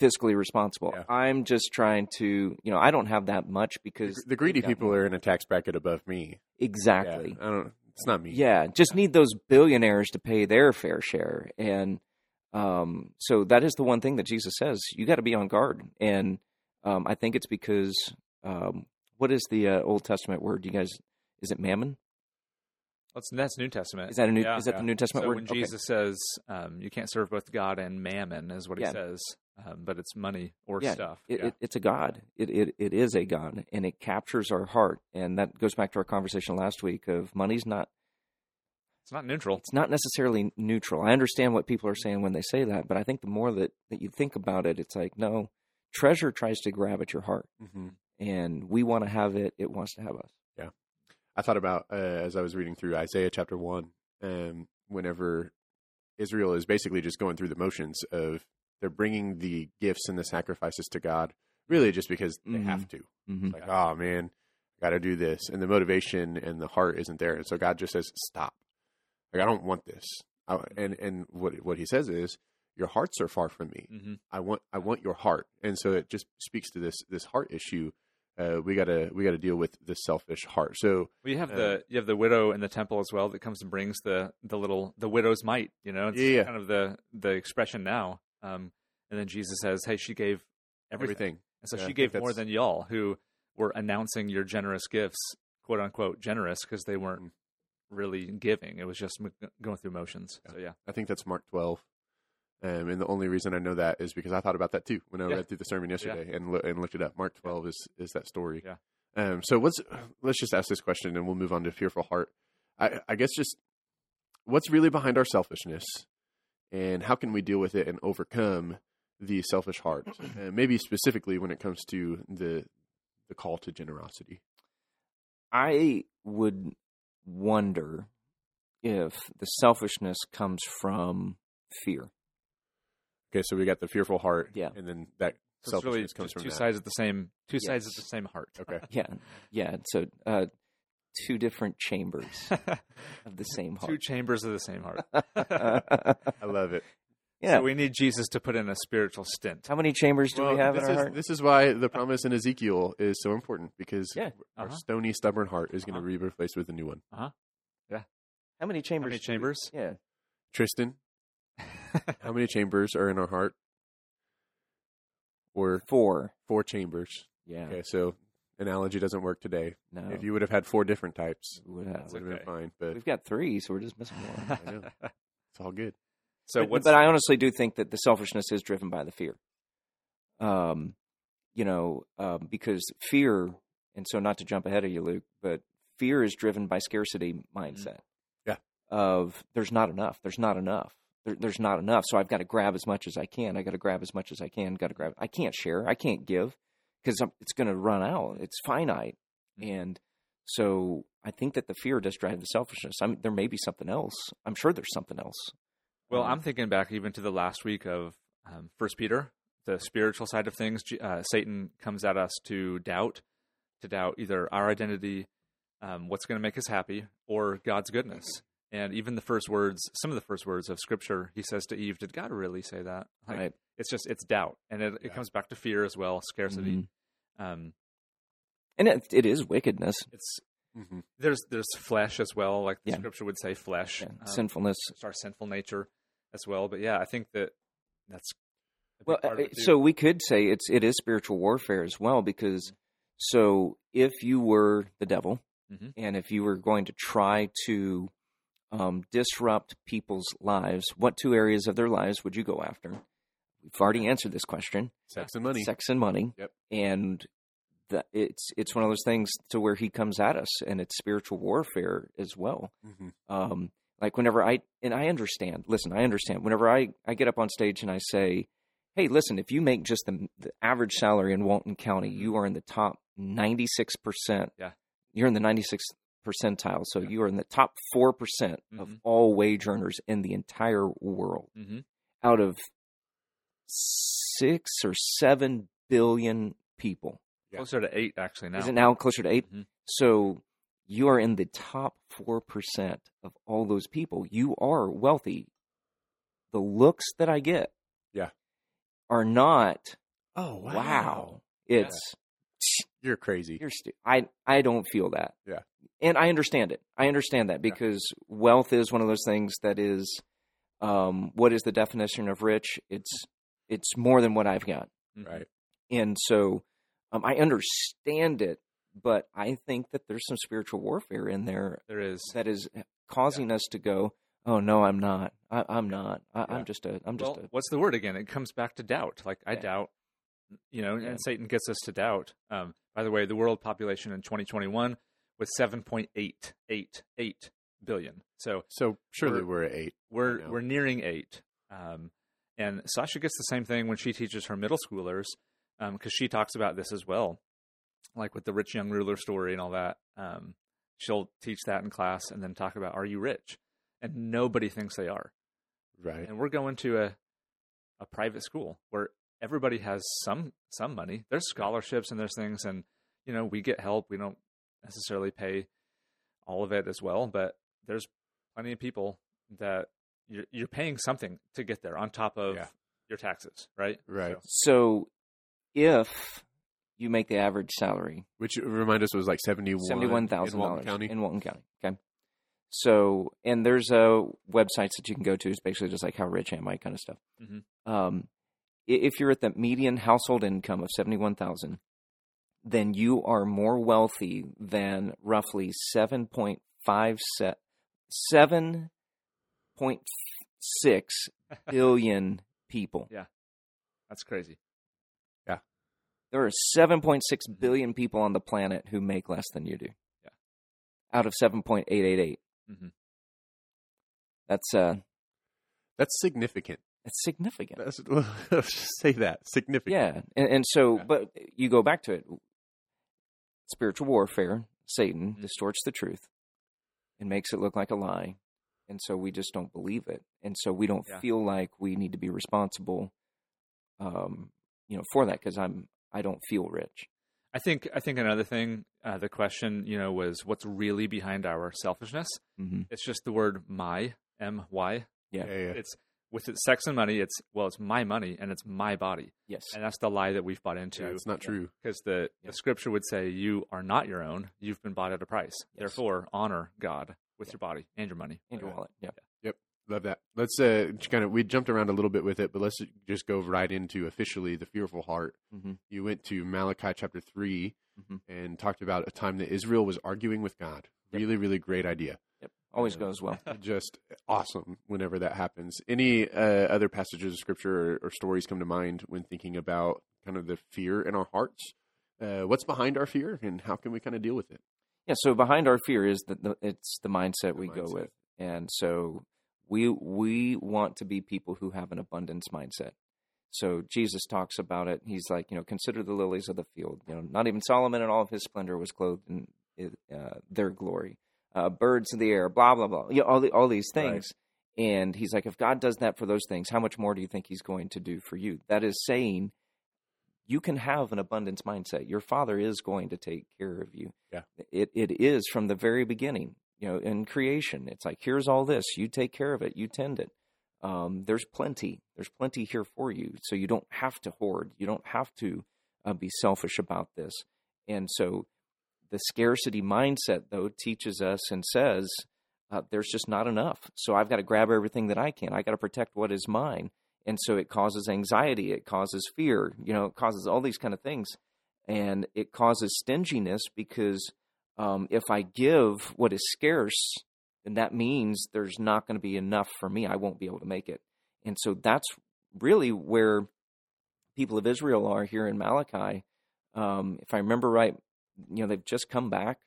S2: fiscally responsible.
S3: Yeah.
S2: I'm just trying to, you know, I don't have that much because
S1: The greedy
S2: Yeah.
S1: people are in a tax bracket above me.
S2: exactly.
S1: Yeah, I don't. It's not me.
S2: Yeah, just need those billionaires to pay their fair share, and um, so that is the one thing that Jesus says you got to be on guard. And um, I think it's because um, what is the uh, Old Testament word? You guys, is it mammon?
S3: That's that's New Testament.
S2: Is that a new?
S3: Yeah,
S2: is that
S3: yeah.
S2: the New Testament
S3: so
S2: word?
S3: when
S2: Okay.
S3: Jesus says um, you can't serve both God and mammon is what
S2: Yeah.
S3: he says, um, but it's money or
S2: Yeah,
S3: stuff.
S2: It,
S3: yeah.
S2: it, it's a god. It, it it is a god, and it captures our heart. And that goes back to our conversation last week of money's not
S3: it's not neutral.
S2: it's not necessarily neutral. I understand what people are saying when they say that, but I think the more that, that you think about it, it's like, no, treasure tries to grab at your heart,
S1: Mhm.
S2: and we want to have it. It wants to have us.
S1: I thought about uh, as I was reading through Isaiah chapter one, um, whenever Israel is basically just going through the motions of they're bringing the gifts and the sacrifices to God, really just because they
S2: Mhm.
S1: have to.
S2: Mm-hmm.
S1: Like, oh man, got to do this, and the motivation and the heart isn't there, and so God just says, stop. Like, I don't want this. I,
S2: Mm-hmm.
S1: and and what what He says is, your hearts are far from
S2: Mm-hmm.
S1: me.
S3: hmm
S1: I want I want your heart, and so it just speaks to this this heart issue. Uh, we gotta we gotta deal with the selfish heart. So
S3: Well, you have
S1: Uh,
S3: the you have the widow in the temple as well that comes and brings the the little the widow's mite. You know, it's
S1: Yeah, yeah.
S3: kind of the the expression now. Um, and then Jesus says, "Hey, she gave everything."
S1: everything,
S3: And so
S1: Yeah, I
S3: she
S1: think
S3: gave more
S1: that's-
S3: than y'all who were announcing your generous gifts, quote unquote generous, because they
S1: Mm.
S3: weren't really giving. It was just m- going through motions. So yeah,
S1: I think that's Mark twelve. Um, and the only reason I know that is because I thought about that too when I
S3: Yeah.
S1: read through the sermon yesterday and loo- and looked it up. Mark twelve is is that story.
S3: Yeah.
S1: Um, so what's let's just ask this question and we'll move on to fearful heart. I, I guess just what's really behind our selfishness and how can we deal with it and overcome the selfish heart? uh, maybe specifically when it comes to the the call to generosity.
S2: I would wonder if the selfishness comes from fear.
S1: Okay, so we got the fearful heart,
S2: Yeah.
S1: and then that
S3: so it's really
S1: selfishness comes
S3: just
S1: from
S3: two
S1: that.
S3: sides of the same two
S2: Yes.
S3: sides of the same heart.
S1: Okay,
S2: Yeah, yeah. So uh, two different chambers of the same
S3: two
S2: heart.
S3: chambers of the same heart.
S1: I love it.
S2: yeah.
S3: So we need Jesus to put in a spiritual stint.
S2: How many chambers do we have in
S1: this
S2: our
S1: is,
S2: heart?
S1: This is why the promise in Ezekiel is so important because
S2: Yeah.
S1: our
S3: Uh-huh.
S1: stony, stubborn heart is going to
S3: Uh-huh.
S1: be replaced with a new one.
S2: How many
S3: How
S2: chambers?
S3: many
S2: do we-
S3: chambers?
S2: Yeah.
S1: Tristan, how many chambers are in our heart? Or
S2: Four.
S1: four chambers.
S2: Yeah.
S1: Okay, so analogy doesn't work today.
S2: No.
S1: If you would have had four different types,
S2: would have.
S1: that would have
S3: okay.
S1: been fine, but
S2: We've got three, so we're just missing one.
S1: I know. it's all good.
S3: so
S2: but,
S3: what's
S2: but I honestly do think that the selfishness is driven by the fear. Um, you know, um, because fear, and so not to jump ahead of you, Luke, but fear is driven by scarcity
S1: Yeah.
S2: mindset. Of there's not enough. There's not enough. There, there's not enough. So I've got to grab as much as I can. I got to grab as much as I can. Got to grab. I can't share. I can't give because it's going to run out. It's finite,
S3: Mhm.
S2: and so I think that the fear does drive the selfishness. I mean, there may be something else. I'm sure there's something else.
S3: Well,
S2: Um,
S3: I'm thinking back even to the last week of um, First Peter, the spiritual side of things. J- Uh, Satan comes at us to doubt, to doubt either our identity, um, what's going to make us happy, or God's goodness. And even the first words, some of the first words of Scripture, he says to Eve, "Did God really say that?" Like,
S2: Right.
S3: It's just it's doubt, and it, it
S1: Yeah.
S3: comes back to fear as well, scarcity.
S2: Mm-hmm.
S3: Um,
S2: and it, it is wickedness,
S3: it's
S1: hmm
S3: there's there's flesh as well, like the
S2: Yeah.
S3: Scripture would say, flesh,
S2: and
S3: um,
S2: sinfulness.
S3: it's our sinful nature as well. But yeah, I think that that's a big
S2: Well,
S3: part of it,
S2: uh,
S3: too.
S2: so we could say it's it is spiritual warfare as well because so if you were the devil
S3: Mhm.
S2: and if you were going to try to um, disrupt people's lives, what two areas of their lives would you go after? we've already answered this question.
S1: Sex and money.
S2: Sex and money.
S1: Yep.
S2: And the, it's it's one of those things to where he comes at us, and it's spiritual warfare as well.
S1: Mhm.
S2: Um, like whenever I and I understand. Listen, I understand. Whenever I I get up on stage and I say, "Hey, listen, if you make just the, the average salary in Walton County, you are in the top ninety six percent.
S3: Yeah.
S2: you're in the ninety six percentile. So you are in the top four percent of
S3: Mhm.
S2: all wage earners in the entire world."
S3: Mm-hmm.
S2: out of six or seven billion people.
S1: Yeah.
S3: Closer to eight actually now.
S2: Is it now closer to 8
S3: Mhm.
S2: So you are in the top 4% of all those people. You are wealthy. The looks that I get
S1: Yeah.
S2: are not,
S1: Oh
S2: wow.
S3: Yeah.
S2: It's,
S1: You're crazy.
S2: you're stu- I I don't feel that.
S1: Yeah.
S2: And I understand it. I understand that because wealth is one of those things that is um, what is the definition of rich? It's it's more than what I've got.
S3: Mhm.
S1: Right.
S2: Mm-hmm. And so um, I understand it, but I think that there's some spiritual warfare in there
S3: There is.
S2: that is causing us to go, "Oh no, I'm not. I, I'm not. I,
S1: Yeah.
S2: I'm just a. I'm just
S3: Well, what's the word again? It comes back to doubt. Like I
S2: Yeah.
S3: doubt, you know,
S2: Yeah.
S3: and Satan gets us to doubt. Um, by the way, the world population in 2021 was 7.888 billion. So
S1: So surely
S3: We're-
S1: we're, at eight.
S3: we're
S1: know.
S3: we're nearing eight. Um, and Sasha gets the same thing when she teaches her middle schoolers, because she talks about this as well, like with the rich young ruler story and all that. Um, she'll teach that in class and then talk about are you rich, and nobody thinks they are.
S1: Right.
S3: And we're going to a a private school where everybody has some some money. There's scholarships and there's things, and you know we get help. We don't necessarily pay all of it as well, but there's plenty of people that you're, you're paying something to get there on top of
S1: Yeah.
S3: your taxes, right?
S1: Right.
S2: so
S3: So,
S2: if you make the average salary
S1: Which remind us was like seventy one
S2: Seventy-one thousand
S1: in Walton
S2: dollars
S1: County.
S2: in Walton County. Okay. So, and there's a websites that you can go to. It's basically just like how rich am I kind of stuff.
S3: Mhm.
S1: Mm-hmm.
S2: Um, i- if you're at the median household income of seventy-one thousand, then you are more wealthy than roughly seven point five set seven point six billion people.
S3: that's crazy.
S2: There are 7.6 billion people on the planet who make less than you do.
S3: Yeah.
S2: Out of 7.888.
S3: Mhm.
S2: That's uh
S1: That's significant.
S2: that's significant.
S1: That's, let's just say that significant.
S2: yeah. And, and so
S1: Yeah.
S2: but you go back to it. Spiritual warfare, Satan
S3: Mhm.
S2: distorts the truth and makes it look like a lie. And so we just don't believe it. And so we don't
S3: Yeah.
S2: feel like we need to be responsible um you know for that cuz I'm I don't feel rich.
S3: I think I think another thing, uh, the question you know was what's really behind our selfishness.
S2: Mhm.
S3: It's just the word my m y.
S2: Yeah.
S1: yeah, yeah.
S3: It's with its sex and money. It's well, it's my money and it's my body.
S2: Yes.
S3: And that's the lie that we've bought into.
S1: Yeah, it's not true.
S3: Because the,
S2: Yeah.
S3: the scripture would say, You are not your own. You've been bought at a price. Therefore, honor God with your body and your money.
S2: In your wallet. Yeah.
S1: Love that. Let's uh, kind of we jumped around a little bit with it, but let's just go right into officially the fearful heart.
S2: Mhm.
S1: You went to Malachi chapter 3
S2: Mhm.
S1: and talked about a time that Israel was arguing with God.
S2: Yep.
S1: Really, really great idea.
S2: Yep. Always
S1: Yeah.
S2: goes well.
S1: Just awesome whenever that happens. Any uh, other passages of scripture or, or stories come to mind when thinking about kind of the fear in our hearts? Uh, what's behind our fear and how can we kind of deal with it?
S2: Yeah. So behind our fear is that the, it's the mindset
S1: The
S2: we go
S1: mindset.
S2: with, and so we we want to be people who have an abundance mindset. So Jesus talks about it. He's like, you know, consider the lilies of the field. You know, not even Solomon in all of his splendor was clothed in uh, their glory. Uh, birds of the air, blah blah blah. You know, all the, all these
S1: Right.
S2: things. And he's like, if God does that for those things, how much more do you think He's going to do for you? That is saying, you can have an abundance mindset. Your Father is going to take care of you it, it is from the very beginning you know in creation it's like here's all this you take care of it you tend it um, there's plenty there's plenty here for you so you don't have to hoard you don't have to uh, be selfish about this and so the scarcity mindset though teaches us and says uh, there's just not enough so i've got to grab everything that i can i got to protect what is mine and so it causes anxiety it causes fear you know it causes all these kind of things and it causes stinginess because um, if I give what is scarce, then that means there's not going to be enough for me. I won't be able to make it. And so that's really where people of Israel are here in Malachi. Um, if I remember right, you know they've just come back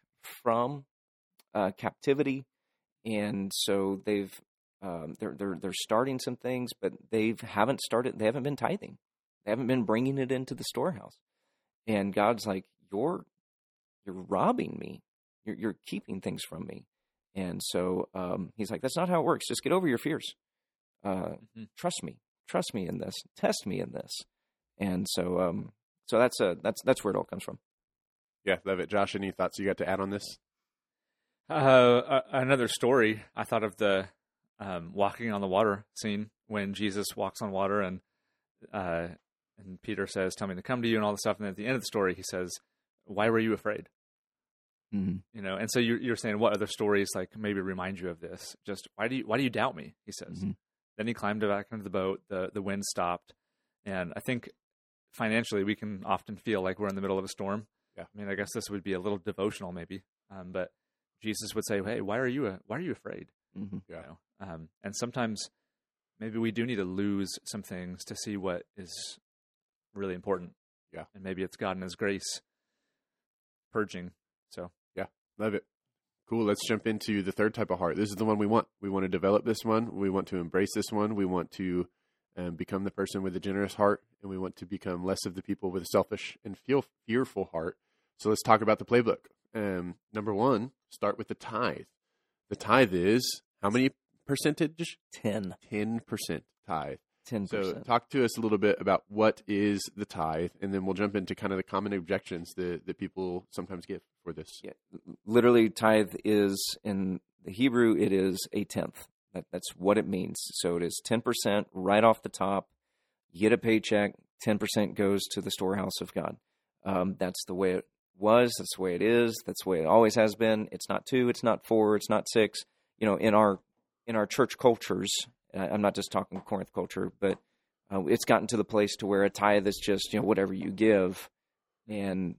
S2: from uh, captivity, and so they've um, they're they're they're starting some things, but they've haven't started. They haven't been tithing. They haven't been bringing it into the storehouse. And God's like, you're you're robbing me. You're you're keeping things from me. And so um, he's like, that's not how it works. Just get over your fears. Uh,
S3: Mhm.
S2: trust me. Trust me in this. Test me in this. And so um, so that's a that's that's where it all comes from.
S1: Yeah, love it. Josh, any thoughts you got to add on this?
S3: Uh, a- another story. I thought of the um, walking on the water scene when Jesus walks on water and uh, and Peter says, "Tell me to come to you," and all this stuff. And at the end of the story, he says, "Why were you afraid?" You know. And so you're, you're saying, what other stories like maybe remind you of this? Just why do you why do you doubt me? He says.
S1: Mm-hmm.
S2: Mhm.
S3: Then he climbed back into the boat. the The wind stopped, and I think financially we can often feel like we're in the middle of a storm.
S1: Yeah.
S3: I mean, I guess this would be a little devotional, maybe, um, but Jesus would say, "Hey, why are you uh, why are you afraid?"
S2: Mm-hmm.
S1: Yeah.
S3: You know? um, and sometimes maybe we do need to lose some things to see what is really important.
S1: Yeah.
S3: and maybe it's God and His grace purging. So
S1: Love it. Cool. Let's jump into the third type of heart. This is the one we want. We want to develop this one. We want to embrace this one. We want to um, become the person with a generous heart, and we want to become less of the people with a selfish and feel fearful heart. So let's talk about the playbook. Um, number one, start with the tithe. The tithe is how many percentage?
S2: Ten.
S1: Ten percent tithe.
S2: Ten
S1: So
S2: percent.
S1: talk to us a little bit about what is the tithe, and then we'll jump into kind of the common objections that that people sometimes give for this.
S2: Yeah, literally, tithe is in the Hebrew, it is a tenth. That, that's what it means. So it is 10% right off the top. You get a paycheck, 10% goes to the storehouse of God. Um, that's the way it was. That's the way it is. That's the way it always has been. It's not two, it's not four, it's not six. You know, in our in our church cultures, uh, I'm not just talking Corinth culture, but uh, it's gotten to the place to where a tithe is just you know whatever you give, and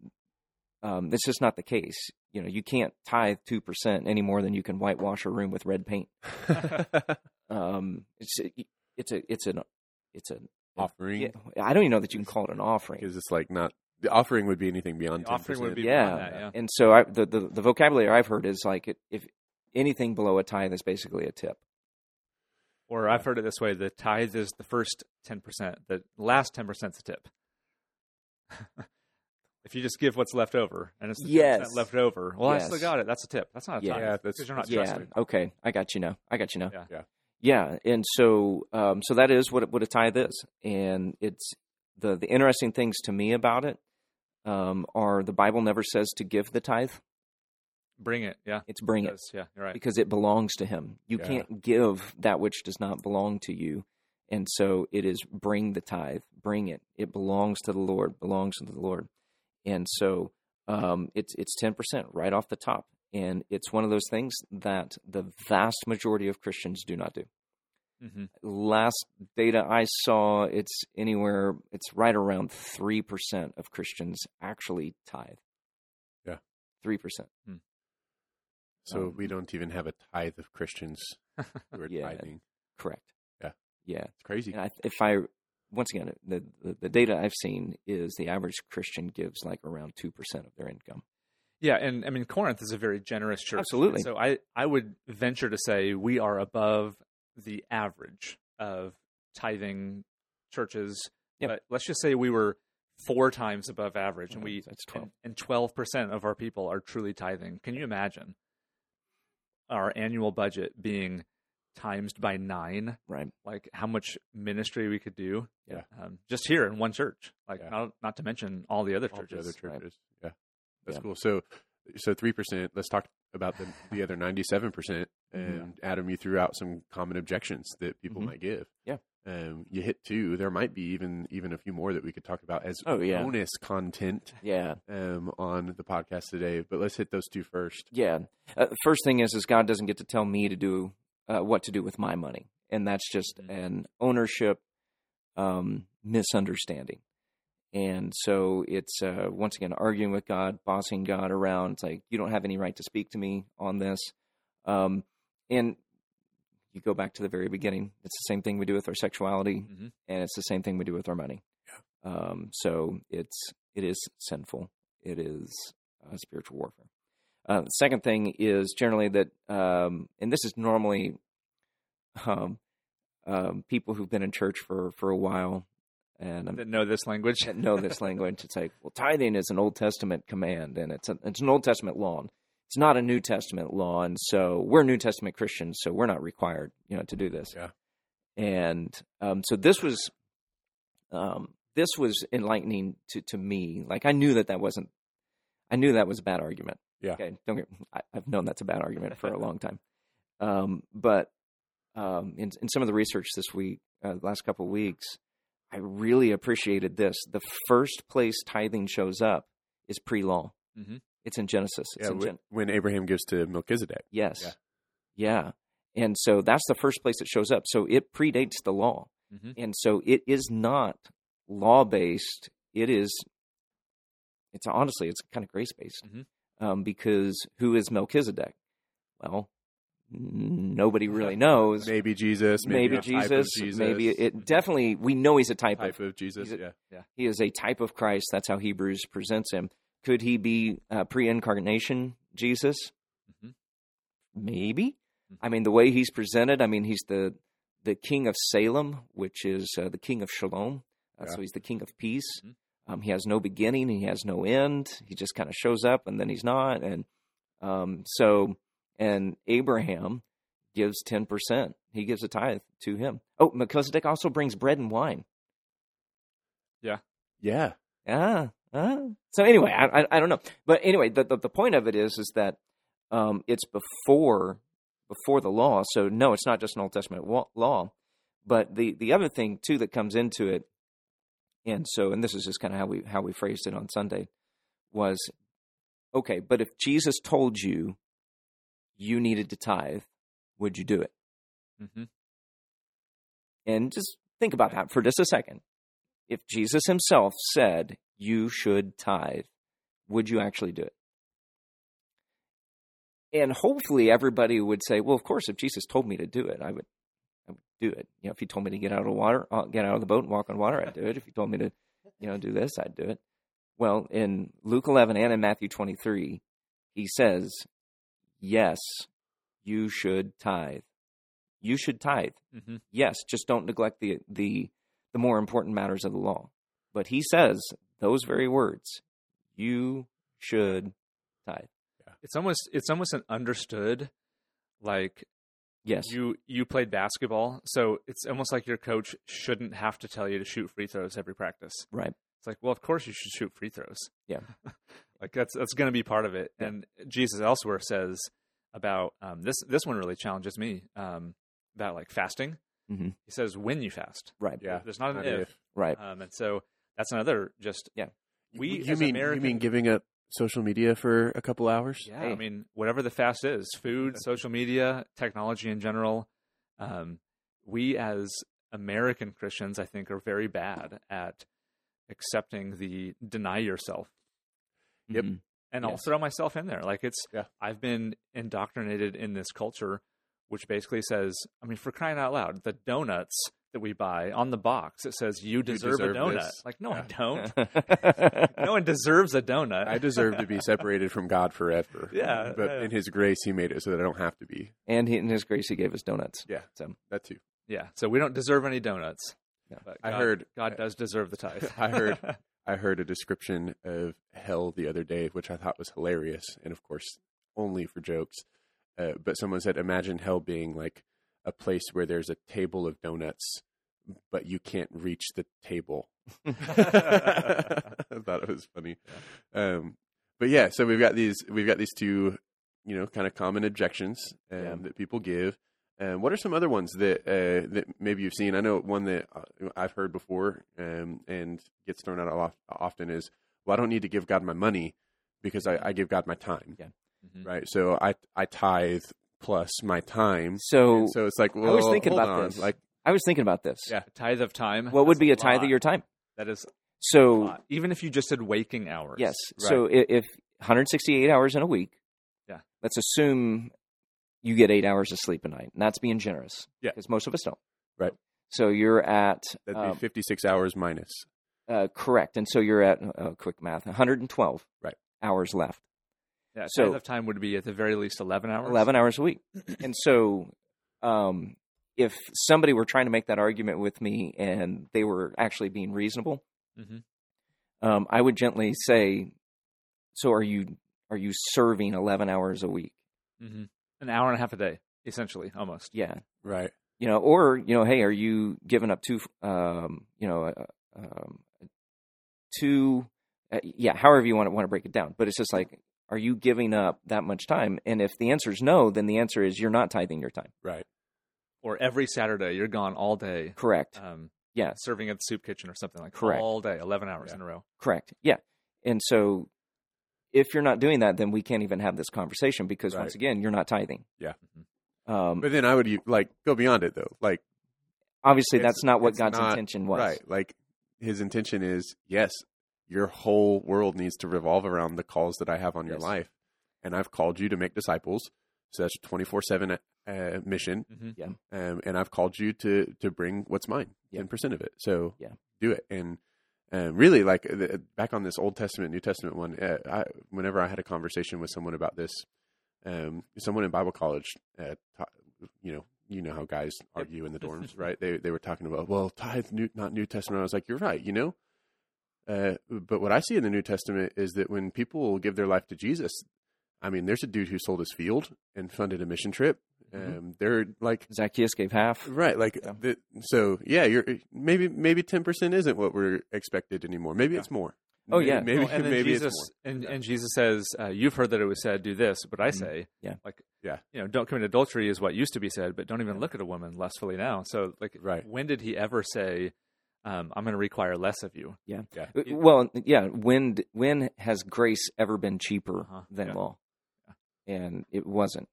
S2: um, it's just not the case. You know, you can't tithe two percent any more than you can whitewash a room with red paint. Um, it's a, it's a it's an it's a
S1: Offering.
S2: yeah, I don't even know that you can call it an offering.
S1: because it's like not the offering would be anything beyond
S3: The offering
S1: 10%.
S3: would be-
S2: Yeah.
S3: beyond that, yeah.
S2: and so I, the, the the vocabulary I've heard is like it, if anything below a tithe is basically a tip.
S3: Or I've heard it this way: the tithe is the first ten percent. The last ten percent is a tip. if you just give what's left over, and it's the 10%
S2: Yes.
S3: left over, well, I still
S2: Yes.
S3: got it. That's a tip. That's not a
S2: Yeah.
S3: tithe
S1: Yeah, that's-
S3: because you're not
S2: yeah.
S3: trusting.
S2: Okay. I got you now. I got you now.
S3: Yeah.
S1: Yeah.
S2: Yeah, And so, um, so that is what it- what a tithe is, and it's the the interesting things to me about it um, are the Bible never says to give the tithe;
S3: Bring it. Yeah.
S2: it's bring it
S3: does. Yeah, you're right.
S2: because it belongs to Him. You
S1: Yeah.
S2: can't give that which does not belong to you, and so it is bring the tithe, bring it. It belongs to the Lord, belongs to the Lord, and so um, it's it's ten percent right off the top, and it's one of those things that the vast majority of Christians do not do
S3: hmm
S2: last data I saw, it's anywhere, it's right around 3% of Christians actually tithe.
S1: Yeah.
S2: 3%.
S1: so
S2: um,
S1: we don't even have a tithe of christians who are
S2: Yeah.
S1: tithing
S2: Correct.
S1: Yeah.
S2: Yeah.
S1: it's crazy
S2: And I, if I, once again, the, the, the data I've seen is the average Christian gives like around 2% of their income.
S3: Yeah, and I mean Corinth is a very generous church.
S2: Absolutely.
S3: So I I would venture to say we are above the average of tithing churches.
S2: Yeah.
S3: But let's just say we were four times above average, and we
S2: That's 12.
S3: and- and twelve percent of our people are truly tithing. Can you imagine our annual budget being times by nine?
S2: Right.
S3: Like how much ministry we could do?
S1: Yeah.
S3: Um, just here in one church. Like
S1: Yeah.
S3: not not to mention all the other
S1: All the
S3: churches.
S1: other
S2: right.
S1: churches yeah that's
S2: Yeah.
S1: cool so so 3% let's talk about the, the other 97%
S2: Mm-hmm.
S1: and adam you threw out some common objections that people
S2: Mhm.
S1: might give
S2: Yeah.
S1: um, you hit two there might be even even a few more that we could talk about as
S2: Oh, yeah.
S1: bonus content
S2: Yeah.
S1: um, on the podcast today but let's hit those two first
S2: Yeah. Uh, first thing is, is God doesn't get to tell me to do uh, what to do with my money, and that's just
S3: Mhm.
S2: an ownership um, misunderstanding. And so it's uh, once again arguing with God, bossing God around. It's like you don't have any right to speak to me on this. Um, and you go back to the very beginning. It's the same thing we do with our sexuality,
S3: Mhm.
S2: and it's the same thing we do with our money. Um, so it's it is sinful. It is uh, spiritual warfare. Uh, the second thing is generally that, um, and this is normally um, um, people who've been in church for for a while and I'm,
S3: that know this language.
S2: that know this language. It's like, well, tithing is an Old Testament command, and it's a, it's an Old Testament law. And it's not a New Testament law, and so we're New Testament Christians, so we're not required, you know, to do this.
S1: Yeah.
S2: And um, so this was, um, this was enlightening to to me. Like I knew that that wasn't, I knew that was a bad argument.
S1: Yeah.
S2: Okay. Don't get. I, I've known that's a bad argument for a long time. Um, but um, in in some of the research this week, uh, the last couple of weeks, I really appreciated this. The first place tithing shows up is pre-law.
S3: Mhm.
S2: It's in Genesis. It's
S1: Yeah,
S2: in
S1: when,
S2: Gen-
S1: when Abraham gives to Melchizedek.
S2: yes. Yeah. And so that's the first place it shows up. So it predates the law.
S3: Mhm.
S2: And so it is not law-based. It is it's honestly it's kind of grace-based.
S3: Mhm.
S2: Um, because who is Melchizedek? Well, n- nobody really knows.
S1: Maybe Jesus. Maybe,
S2: Maybe,
S1: a type of
S2: Jesus, maybe it definitely we know he's a type of
S1: type of Jesus.
S2: he's a-
S1: yeah.
S2: he is a type of Christ. That's how Hebrews presents him. Could he be uh, pre incarnation Jesus?
S3: Mhm.
S2: Maybe. I mean, the way he's presented, I mean, he's the, the king of Salem, which is uh, the king of Shalom. Uh,
S1: Yeah.
S2: So he's the king of peace.
S3: Mhm.
S2: Um, he has no beginning, he has no end. He just kind of shows up and then he's not. And um, so, and Abraham gives 10%. He gives a tithe to him. Oh, Melchizedek also brings bread and wine.
S1: Yeah.
S2: Ah, ah. So anyway, I, I, I don't know, but anyway, the, the the point of it is is that um, it's before before the law. So no, it's not just an Old Testament wa- law, but the the other thing too that comes into it, and so and this is just kind of how we how we phrased it on Sunday was okay, but if Jesus told you you needed to tithe, would you do it?
S3: Mm-hmm.
S2: And just think about that for just a second. If Jesus himself said, you should tithe, would you actually do it? And hopefully everybody would say, well, of course, if Jesus told me to do it, I would, I would do it. You know, if he told me to get out of the water, uh, get out of the boat and walk on water, I'd do it. If he told me to, you know, do this, I'd do it. Well, in Luke 11 and in Matthew 23, he says, yes, you should tithe. You should tithe
S3: Mm-hmm.
S2: yes, just don't neglect the the the more important matters of the law. But he says those very words, you should tithe.
S3: It's almost it's almost an understood like
S2: Yes.
S3: you you played basketball, so it's almost like your coach shouldn't have to tell you to shoot free throws every practice.
S2: Right.
S3: It's like, well, of course you should shoot free throws.
S2: Yeah.
S3: like that's that's going to be part of it.
S2: Yeah.
S3: And Jesus elsewhere says about um, this. This one really challenges me um, about like fasting.
S2: Mhm.
S3: He says when you fast.
S2: Right.
S1: Yeah.
S3: There's not an
S1: Not an
S3: if.
S2: Right.
S3: Um, and so that's another just We
S1: you
S3: as
S1: mean
S3: Americans-
S1: you mean giving up social media for a couple hours?
S3: yeah.
S2: Hey.
S3: I mean, whatever the fast is, food, social media, technology in general. Um, we as American Christians, I think, are very bad at accepting the deny yourself
S1: Yep.
S2: Mhm.
S3: and I'll
S2: Yes.
S3: throw myself in there. Like it's
S1: Yeah.
S3: I've been indoctrinated in this culture, which basically says, I mean, for crying out loud, the donuts that we buy on the box it says you deserve,
S1: deserve
S3: a donut.
S1: this.
S3: Like no, I
S1: Yeah.
S3: don't. no one deserves a donut.
S1: I deserve to be separated from God forever. Um,
S3: Yeah,
S1: But
S3: yeah.
S1: in His grace, He made it so that I don't have to be.
S2: and he, in his grace, he gave us donuts.
S3: Mm-hmm.
S1: Yeah.
S2: So
S1: That too.
S3: yeah, so we don't deserve any donuts.
S2: Yeah.
S3: But
S1: I
S3: God-
S1: heard-
S3: God does deserve the tithe.
S1: I heard- I heard a description of hell the other day, which I thought was hilarious, and of course, only for jokes. Uh, but someone said, imagine hell being like a place where there's a table of donuts, but you can't reach the table. I thought it was funny. Um, but yeah, so we've got these we've got these two, you know, kind of common objections um,
S2: Yeah.
S1: that people give. Um, what are some other ones that uh, that maybe you've seen? I know one that uh, I've heard before um, and gets thrown out a lot often is, "Well, I don't need to give God my money because I, I give God my time."
S2: Yeah.
S3: Mhm.
S2: Mm-hmm.
S1: Right. So I I tithe plus my time.
S2: so,
S1: And so it's like, well,
S2: I was thinking
S1: hold
S2: about
S1: on.
S2: this.
S1: Like,
S2: I was thinking about this.
S3: yeah, tithe of time.
S2: What would
S3: That's
S2: be a tithe of
S3: lot.
S2: your time?
S3: That is a
S2: So
S3: lot. even if you just said waking hours.
S2: yes. So i- if 168 hours in a week,
S3: Yeah.
S2: Let's assume you get eight hours of sleep a night, and that's being generous.
S1: Yeah.
S2: Because most of us don't.
S1: Right.
S2: So you're at
S1: that'd
S2: um,
S1: be 56 hours minus.
S2: Uh, correct. And so you're at uh, quick math, 112
S3: Right.
S2: hours left.
S3: Yeah,
S2: So-
S3: so, of time would be at the very least 11 hours.
S2: 11 hours a week. And so, um, if somebody were trying to make that argument with me and they were actually being reasonable,
S3: Mhm.
S2: um, I would gently say, "So are you are you serving 11 hours a week?"
S3: hmm An hour and a half a day, essentially, almost.
S2: Yeah,
S1: Right.
S2: you know, or you know, hey, are you giving up two, um, you know, uh, um, two, uh, yeah, however you want to want to break it down. But it's just like, are you giving up that much time? And if the answer is no, then the answer is you're not tithing your time.
S1: Right.
S3: Or every Saturday, you're gone all day,
S2: Correct.
S1: Uh.
S3: um,
S2: yes.
S3: serving at the soup kitchen or something like
S2: Correct.
S3: All day, 11 hours
S1: Yeah.
S3: in a row.
S2: Correct. Yeah. And so if you're not doing that, then we can't even have this conversation because
S1: Right.
S2: once again, you're not tithing.
S1: Yeah. Mm-hmm.
S2: Um,
S1: But then I would u- like go beyond it though. Like
S2: obviously,
S1: it's-
S2: that's not what
S1: it's
S2: God's
S1: not-
S2: intention was.
S1: right. Like his intention is yes, your whole world needs to revolve around the calls that I have on your
S2: Yes.
S1: life, and I've called you to make disciples. So that's twenty four seven uh, mission,
S3: Mm-hmm.
S1: um, and I've called you to to bring what's mine,
S2: Yeah.
S1: ten percent of it. So
S2: Yeah.
S1: do it. And um, really, like the, back on this Old Testament, New Testament one. Uh, I, whenever I had a conversation with someone about this, um, someone in Bible college, uh, ta- you know, you know how guys argue in the dorms, right? They they were talking about well, tithe, new, not New Testament. I was like, you're right, you know. Uh, but what I see in the New Testament is that when people give their life to Jesus, I mean, there's a dude who sold his field and funded a mission trip.
S2: Mhm.
S1: Um, they're like
S2: Zacchaeus gave half.
S1: Right, like
S2: Yeah.
S1: the, so. Yeah, you're maybe maybe ten percent isn't what we're expected anymore. Maybe it's more.
S2: Oh,
S1: Maybe-
S2: yeah.
S1: maybe
S3: Well, and then
S1: maybe
S3: Jesus,
S1: it's
S3: and, and Jesus says, uh, "You've heard that it was said, do this, but I
S2: Mhm.
S3: say,
S2: Yeah.
S3: like,
S1: Mm-hmm. Yeah.
S3: you know, don't commit adultery is what used to be said, but don't even look at a woman lustfully now." So, like,
S1: Right.
S3: when did he ever say, um, "I'm going to require less of you"? It-
S2: Uh, Well, yeah. When, d- when has grace ever been cheaper
S3: Uh-huh.
S2: than
S3: Yeah.
S2: law? And it wasn't.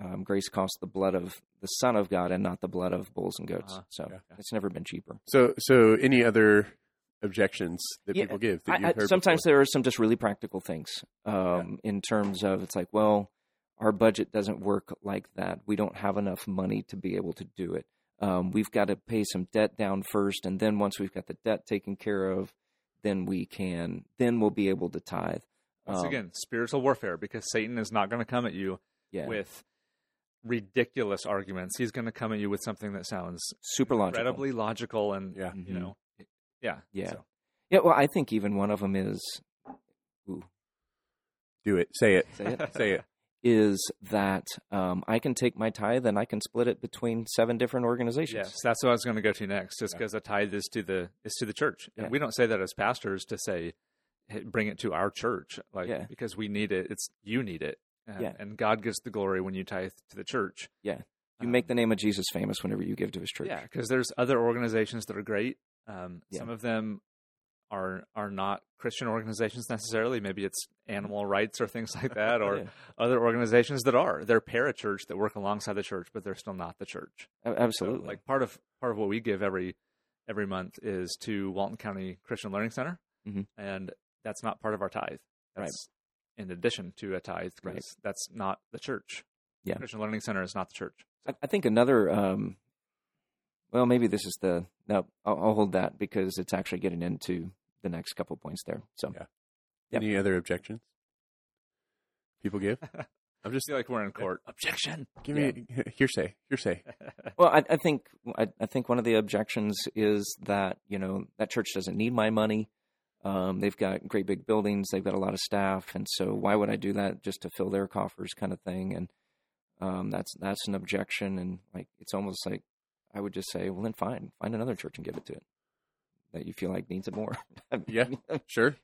S2: Um, grace cost the blood of the Son of God and not the blood of bulls and goats.
S3: Uh-huh.
S2: So
S1: Yeah.
S2: it's never been cheaper.
S1: more. So so any other objections that
S2: Yeah,
S1: people give that
S2: I,
S1: you've
S2: I-
S1: heard
S2: sometimes
S1: before?
S2: there are some just really practical things um, in terms of it's like, well, our budget doesn't work like that. We don't have enough money to be able to do it. Um, we've got to pay some debt down first, and then once we've got the debt taken care of, then we can, then we'll be able to tithe.
S3: Once
S1: Oh.
S2: Um,
S3: again, spiritual warfare, because Satan is not going to come at you
S2: yeah,
S3: with ridiculous arguments. He's going to come at you with something that sounds
S2: super logical. Mm-hmm.
S3: incredibly logical and
S1: yeah. Mm-hmm.
S3: you know, yeah,
S2: Yeah.
S3: So,
S2: yeah. Well, I think even one of them is, ooh,
S1: Do it. Say it.
S2: say it.
S1: Say it.
S2: is that um, I can take my tithe and I can split it between seven different organizations.
S3: Yes, that's what I was going to go to next. Just
S1: Yeah.
S3: because the tithe is to the is to the church, and
S2: Yeah.
S3: we don't say that as pastors to say, hey, bring it to our church, like
S2: Yeah.
S3: because we need it. It's you need it, and,
S2: Yeah.
S3: and God gives the glory when you tithe to the church.
S2: Yeah. You
S3: Um,
S2: make the name of Jesus famous whenever you give to his church.
S3: yeah, because there's other organizations that are great. Um,
S2: Yeah.
S3: Some of them are are not Christian organizations necessarily. Maybe it's animal rights or things like that, or
S2: Yeah.
S3: other organizations that are. They're parachurch that work alongside the church, but they're still not the church.
S2: A-
S3: So,
S2: Absolutely.
S3: like part of part of what we give every every month is to Walton County Christian Learning Center,
S2: Mhm.
S3: and that's not part of our tithe.
S2: Right.
S3: That's in addition to a tithe, 'cause
S2: Right.
S3: that's not the church.
S2: Yeah.
S3: Christian Learning Center is not the church.
S2: I, I think another, um, well, maybe this is the, no, I'll, I'll hold that because it's actually getting into the next couple points there. So,
S1: Yeah.
S2: Yeah.
S1: Any other objections? People give. I'm
S3: I
S1: just
S3: feel like we're in court. Objection.
S1: give me hearsay. Hearsay.
S2: well, I, I think, I, I think one of the objections is that, you know, that church doesn't need my money. Um, they've got great big buildings. They've got a lot of staff. And so why would I do that just to fill their coffers kind of thing? And, um, that's, that's an objection. And like, it's almost like I would just say, well, then fine, find another church and give it to it that you feel like needs it more. I mean,
S1: Yeah. Sure.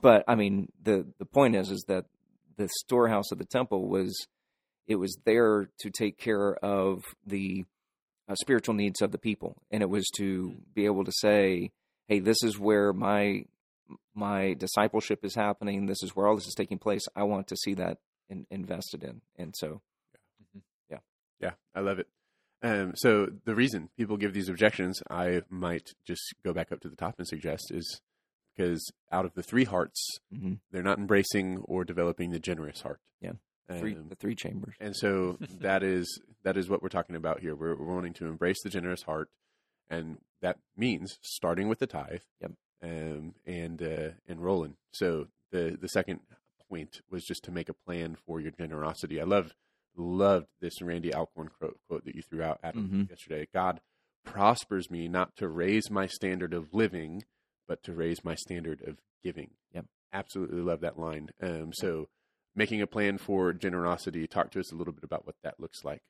S2: but I mean the the point is is that the storehouse of the temple was it was there to take care of the uh, spiritual needs of the people, and it was to be able to say, "Hey, this is where my my discipleship is happening. This is where all this is taking place. I want to see that in, invested in." And so,
S1: Yeah, I love it. Um, so the reason people give these objections, I might just go back up to the top and suggest, is because out of the three hearts,
S2: mhm,
S1: they're not embracing or developing the generous heart.
S2: Yeah.
S1: Um,
S2: three, the three chambers.
S1: and so that is that is what we're talking about here. We're, we're wanting to embrace the generous heart, and that means starting with the tithe.
S2: Yep.
S1: um, and uh, and Roland. So the the second point was just to make a plan for your generosity. I love loved this Randy Alcorn quote, quote that you threw out Adam
S2: Mhm.
S1: yesterday. God prospers me not to raise my standard of living, but to raise my standard of giving.
S2: Yep.
S1: absolutely love that line. Um, so making a plan for generosity. Talk to us a little bit about what that looks like.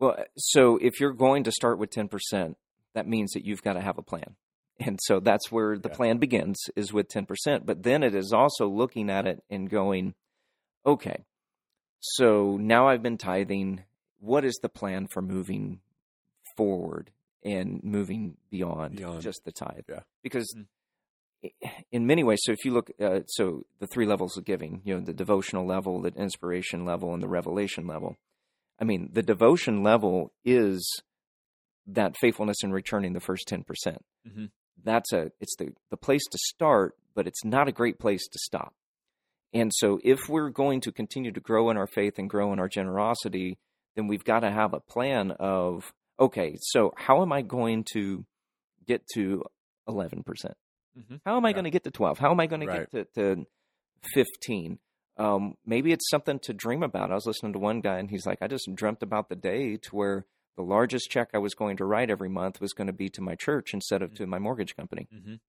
S2: Well, so if you're going to start with 10%, that means that you've got to have a plan. And so that's where the
S1: Yeah.
S2: plan begins is with 10%, but then it is also looking at it and going, okay, so now I've been tithing, what is the plan for moving forward and moving beyond,
S1: Beyond.
S2: just the tithe?
S1: Yeah.
S2: Because
S3: Mm.
S2: i- in many ways, so if you look, uh, so the three levels of giving, you know, the devotional level, the inspiration level, and the revelation level. I mean, the devotion level is that faithfulness in returning the first 10%. percent
S3: Mhm.
S2: That's a, it's the, the place to start, but it's not a great place to stop. And so if we're going to continue to grow in our faith and grow in our generosity, then we've got to have a plan of, okay, so how am I going to get to 11%?
S3: Mhm.
S2: How
S1: Mm-hmm.
S2: am I
S1: Yeah.
S2: going to get to 12? How am I going
S1: Right.
S2: to get to, to 15? Um, maybe it's something to dream about. I was listening to one guy and he's like, I just dreamt about the day to where the largest check I was going to write every month was going to be to my church instead of to my mortgage company.
S3: Mhm.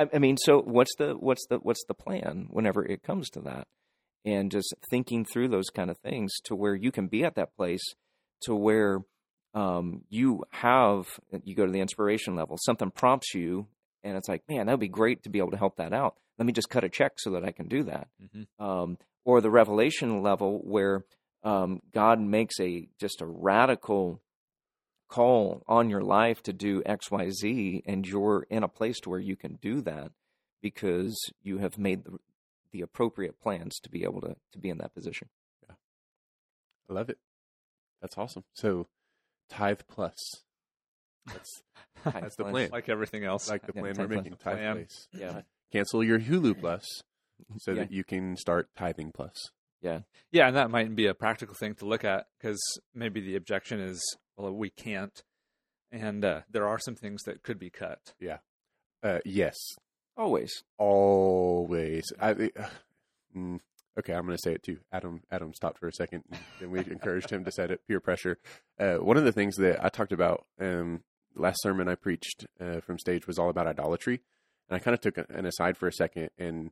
S2: I, I mean, so what's the what's the what's the plan whenever it comes to that, and just thinking through those kind of things to where you can be at that place to where um, you have you go to the inspiration level. Something prompts you, and it's like, man, that would be great to be able to help that out. Let me just cut a check so that I can do that.
S3: Mhm.
S2: Um, or the revelation level where um, God makes a just a radical call on your life to do X, Y, Z, and you're in a place to where you can do that because you have made the, the appropriate plans to be able to, to be in that position.
S1: I love it. That's awesome. So tithe plus. That's That's the plan.
S3: Like everything else.
S1: like the
S2: Yeah,
S1: plan
S2: tithe
S1: we're
S2: plus.
S1: making. Tithe
S3: Plan.
S1: place.
S2: Yeah.
S1: Cancel your Hulu plus so
S2: Yeah.
S1: that you can start tithing plus.
S3: Yeah, and that might be a practical thing to look at because maybe the objection is, well, we can't, and uh, there are some things that could be cut.
S1: Uh, yes,
S2: Always.
S1: always. I, uh, mm, okay, I'm going to say it too. Adam Adam stopped for a second, and then we encouraged him to set it. Peer pressure. Uh, one of the things that I talked about um, last sermon I preached uh, from stage was all about idolatry, and I kind of took an aside for a second and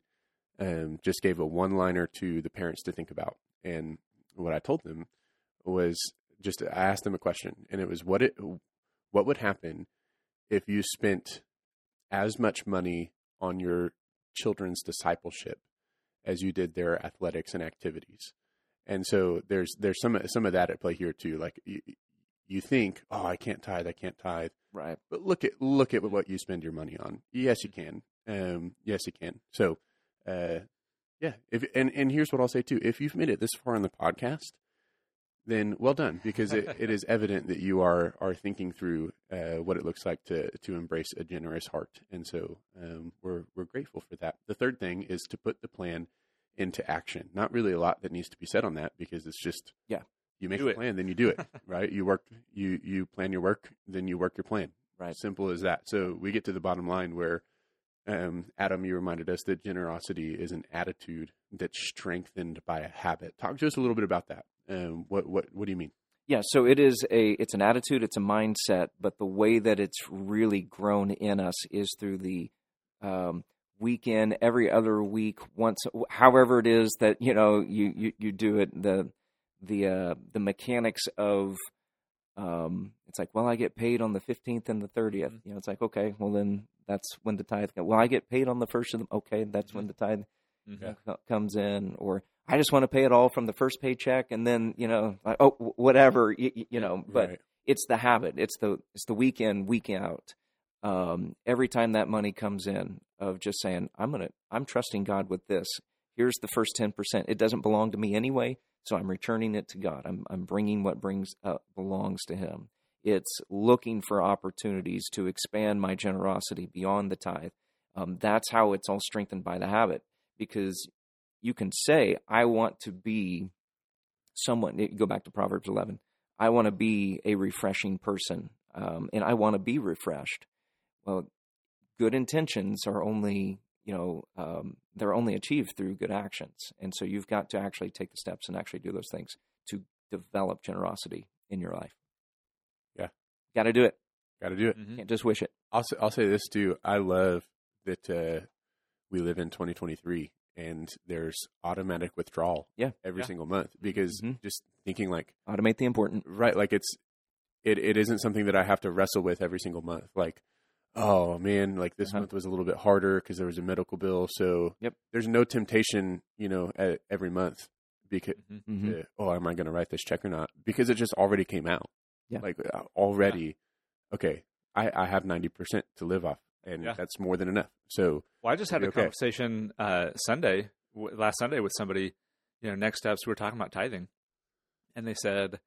S1: um, just gave a one liner to the parents to think about. And what I told them was just I asked them a question, and it was what it what would happen if you spent as much money on your children's discipleship as you did their athletics and activities. And so there's there's some some of that at play here too. Like you, you think, oh, I can't tithe, I can't tithe,
S2: Right.
S1: but look at look at what you spend your money on. Yes, you can. Um, yes, you can. So, uh, yeah. If and and here's what I'll say too: if you've made it this far in the podcast, then well done, because it, it is evident that you are are thinking through uh, what it looks like to to embrace a generous heart, and so um, we're we're grateful for that. The third thing is to put the plan into action. Not really a lot that needs to be said on that because it's just
S2: Yeah.
S1: You make
S3: Do
S1: a
S3: it.
S1: plan, then you do it, right? You work, you you plan your work, then you work your plan.
S2: Right.
S1: Simple as that. So we get to the bottom line where, um, Adam, you reminded us that generosity is an attitude that's strengthened by a habit. Talk to us a little bit about that. Um, what what what do you mean?
S2: Yeah. So it is a, it's an attitude, it's a mindset, but the way that it's really grown in us is through the, um, weekend, every other week, once, however it is that, you know, you, you, you do it, the, the, uh, the mechanics of, um, it's like, well, I get paid on the 15th and the 30th. You know, it's like, okay, well, then that's when the tithe, well, I get paid on the first of the, okay, that's when the tithe
S3: Mhm.
S1: Yeah.
S2: co- comes in, or I just want to pay it all from the first paycheck. And then, you know, like, oh, wh- whatever, you, you know, but
S1: Right.
S2: it's the habit. It's the, it's the week in, week out. Um, every time that money comes in of just saying, I'm going to, I'm trusting God with this. Here's the first 10%. It doesn't belong to me anyway. So I'm returning it to God. I'm, I'm bringing what brings, uh, belongs to him it's looking for opportunities to expand my generosity beyond the tithe. Um, that's how it's all strengthened by the habit because you can say, I want to be someone, you go back to Proverbs 11, I want to be a refreshing person um, and I want to be refreshed. Well, good intentions are only you know um, they're only achieved through good actions and so you've got to actually take the steps and actually do those things to develop generosity in your life
S1: Yeah.
S2: got to do it
S1: Got to do it.
S3: Mhm.
S2: can't just wish it
S1: I'll say, I'll say this too. I love that uh, we live in 2023 and there's automatic withdrawal.
S2: Yeah.
S1: every
S3: Yeah.
S1: single month because
S2: Mhm.
S1: just thinking like
S2: automate the important
S1: right, like it's it it isn't something that I have to wrestle with every single month. Like oh man, like this
S2: Uh-huh.
S1: month was a little bit harder because there was a medical bill. So
S2: Yep.
S1: there's no temptation, you know, e- every month because
S3: Mm-hmm.
S2: Mhm.
S1: uh, oh, am I going to write this check or not? Because it just already came out.
S2: Yeah.
S1: Like uh, already, okay, I, I have 90% to live off, and
S3: Yeah.
S1: that's more than enough. So,
S3: Well, I just had a
S1: You're okay.
S3: conversation uh, Sunday, w- last Sunday, with somebody. You know, next steps. We were talking about tithing, and they said,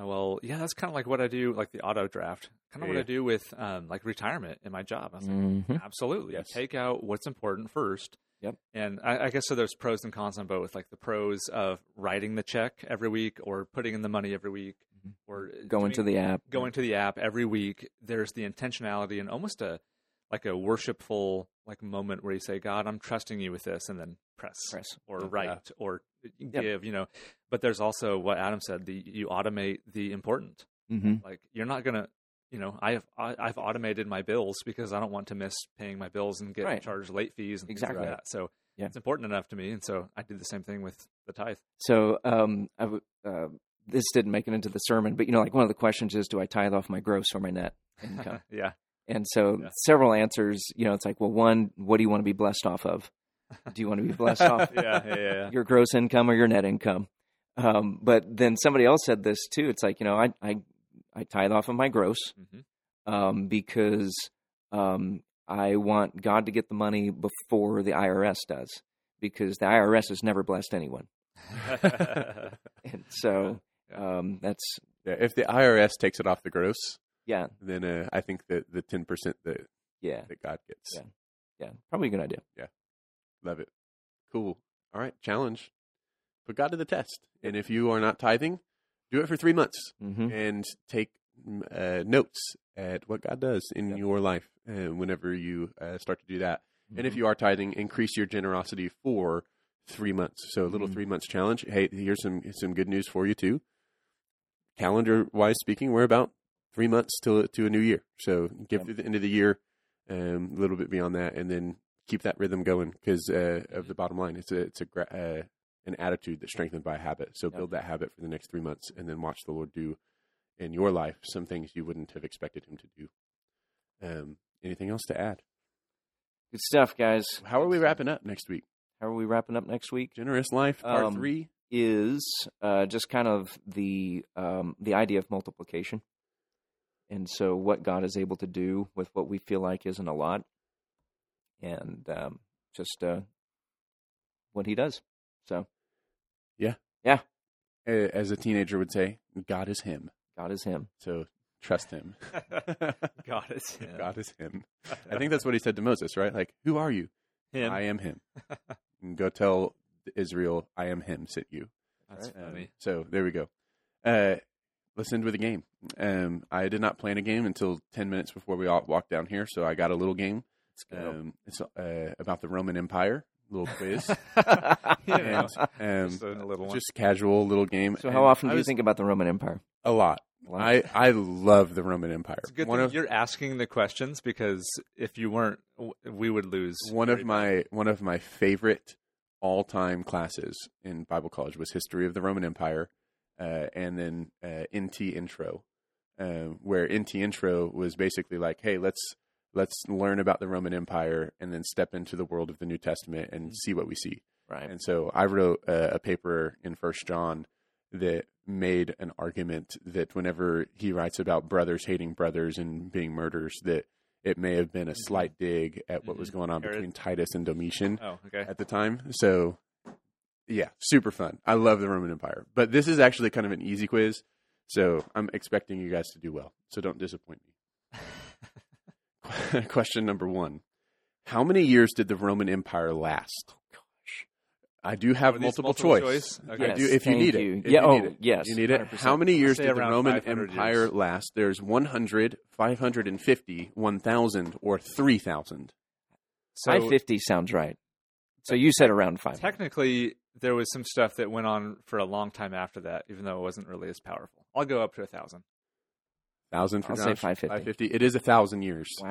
S3: uh, "Well, yeah, that's kind of like what I do, like the auto draft, kind of what
S1: Yeah.
S3: I do with um, like retirement in my job." I was like,
S2: Mhm.
S3: Absolutely.
S1: Yes.
S3: Take out what's important first.
S2: Yep.
S3: And I, I guess so there's pros and cons on both, like the pros of writing the check every week or putting in the money every week
S2: Mhm.
S3: or uh,
S2: go into
S3: doing-
S2: the app
S3: go into the app every week. There's the intentionality and almost a like a worshipful like moment where you say, God, I'm trusting you with this and then press
S2: press
S3: or
S1: Yeah.
S3: write or give, you know. But there's also what Adam said, the you automate the important
S2: hmm
S3: like you're not gonna you know i have I, i've automated my bills because i don't want to miss paying my bills and get
S2: Right.
S3: charged late fees and
S2: Exactly.
S3: things like that so
S2: Yeah.
S3: it's important enough to me and so i did the same thing with the tithe
S2: So um, I w- uh, this didn't make it into the sermon, but you know, like one of the questions is, do I tithe off my gross or my net income?
S3: yeah
S2: and so
S3: Yeah.
S2: several answers. You know, it's like, well, one, what do you want to be blessed off of? Do you want to be blessed off
S3: yeah yeah yeah
S2: your gross income or your net income? Um, but then somebody else said this too. It's like, you know, I I, I tithe off of my gross
S3: mm-hmm.
S2: um, because um, I want God to get the money before the IRS does, because the IRS has never blessed anyone.
S3: Mm-hmm.
S2: And so
S3: Yeah.
S2: um, that's
S1: yeah, if the IRS takes it off the gross,
S2: yeah,
S1: then uh, I think that the 10% that,
S2: yeah,
S1: that God gets.
S2: Yeah. yeah. Probably a good idea.
S1: Love it. Cool. All right, challenge. Put God to the test. And if you are not tithing, do it for three months.
S2: hmm
S1: and take mm, uh, notes at what God does in
S2: Yep.
S1: your life uh, whenever you uh, start to do that. And if you are tithing, increase your generosity for three months. So a little
S2: Mhm.
S1: three months challenge. Hey, here's some some good news for you too. Calendar wise speaking, we're about three months to to a new year. So give
S2: Yep.
S1: through the end of the year, um, a little bit beyond that, and then keep that rhythm going because uh, of the bottom line. It's a it's a gra- uh, an attitude that's strengthened by habit. So
S2: Yep.
S1: build that habit for the next three months, and then watch the Lord do in your life some things you wouldn't have expected Him to do. Um, anything else to add?
S2: good stuff, guys.
S1: How are we wrapping up next week?
S2: How are we wrapping up next week?
S1: Generous Life Part
S2: Um,
S1: Three.
S2: Is uh, just kind of the um, the idea of multiplication, and so what God is able to do with what we feel like isn't a lot, and um, just uh, what He does. So
S1: A- As a teenager would say, God is Him.
S2: God is Him.
S1: So trust Him.
S3: got it yeah.
S1: God is Him. I think that's what He said to Moses, right? Like, who are you?
S3: Him.
S1: I am Him. And go tell Israel, I am Him, sent you.
S3: that's
S1: Um,
S3: funny
S1: So there we go. Uh, let's end with a game. Um, I did not plan a game until 10 minutes before we all walked down here. So I got a little game. Um, it's uh, about the Roman Empire, little quiz.
S3: You know,
S1: and, um,
S3: just a little one.
S1: just casual little game.
S2: so,
S1: And
S2: how often
S1: I
S2: do you
S1: was-
S2: think about the Roman Empire?
S1: A lot.
S2: A lot.
S1: I, I love the Roman Empire.
S3: it's a good
S1: one
S3: thing
S1: of
S3: you're asking the questions because if you weren't, w- we would lose.
S1: one of
S3: Very
S1: my one of my favorite all time classes in Bible college was history of the Roman Empire, uh, and then uh, NT intro, uh, where NT intro was basically like, hey, let's let's learn about the Roman Empire and then step into the world of the New Testament
S3: Mm.
S1: and see what we see.
S2: Right.
S1: And so I wrote a, a paper in First John that made an argument that whenever he writes about brothers hating brothers and being murderers, that it may have been a slight dig at what was going on
S3: Herod.
S1: between Titus and Domitian
S3: Oh, okay.
S1: at the time. So, yeah, super fun. I love the Roman Empire, but this is actually kind of an easy quiz. So I'm expecting you guys to do well. So don't disappoint me. Question number one: How many years did the Roman Empire last?
S2: Gosh.
S1: I do have
S3: Oh, Are these
S1: multiple,
S3: multiple
S1: choice.
S3: choice? Okay.
S1: I do, if you
S2: Thank
S1: need
S2: you.
S1: it. If
S2: Yeah,
S1: you need
S2: oh,
S1: it.
S2: yes,
S1: You need it.
S3: 100%.
S1: How many years
S3: Say
S1: did the
S3: around
S1: Roman
S3: 500
S1: Empire
S3: years.
S1: last? There's 100, 550, 1,000, or 3,000.
S3: So
S2: 550 sounds right. So you said around 5.
S3: technically, there was some stuff that went on for a long time after that, even though it wasn't really as powerful. I'll go up to a thousand.
S1: 1,000 for
S2: I'll say
S1: Josh,
S2: 550.
S1: It is a 1,000 years.
S2: Wow.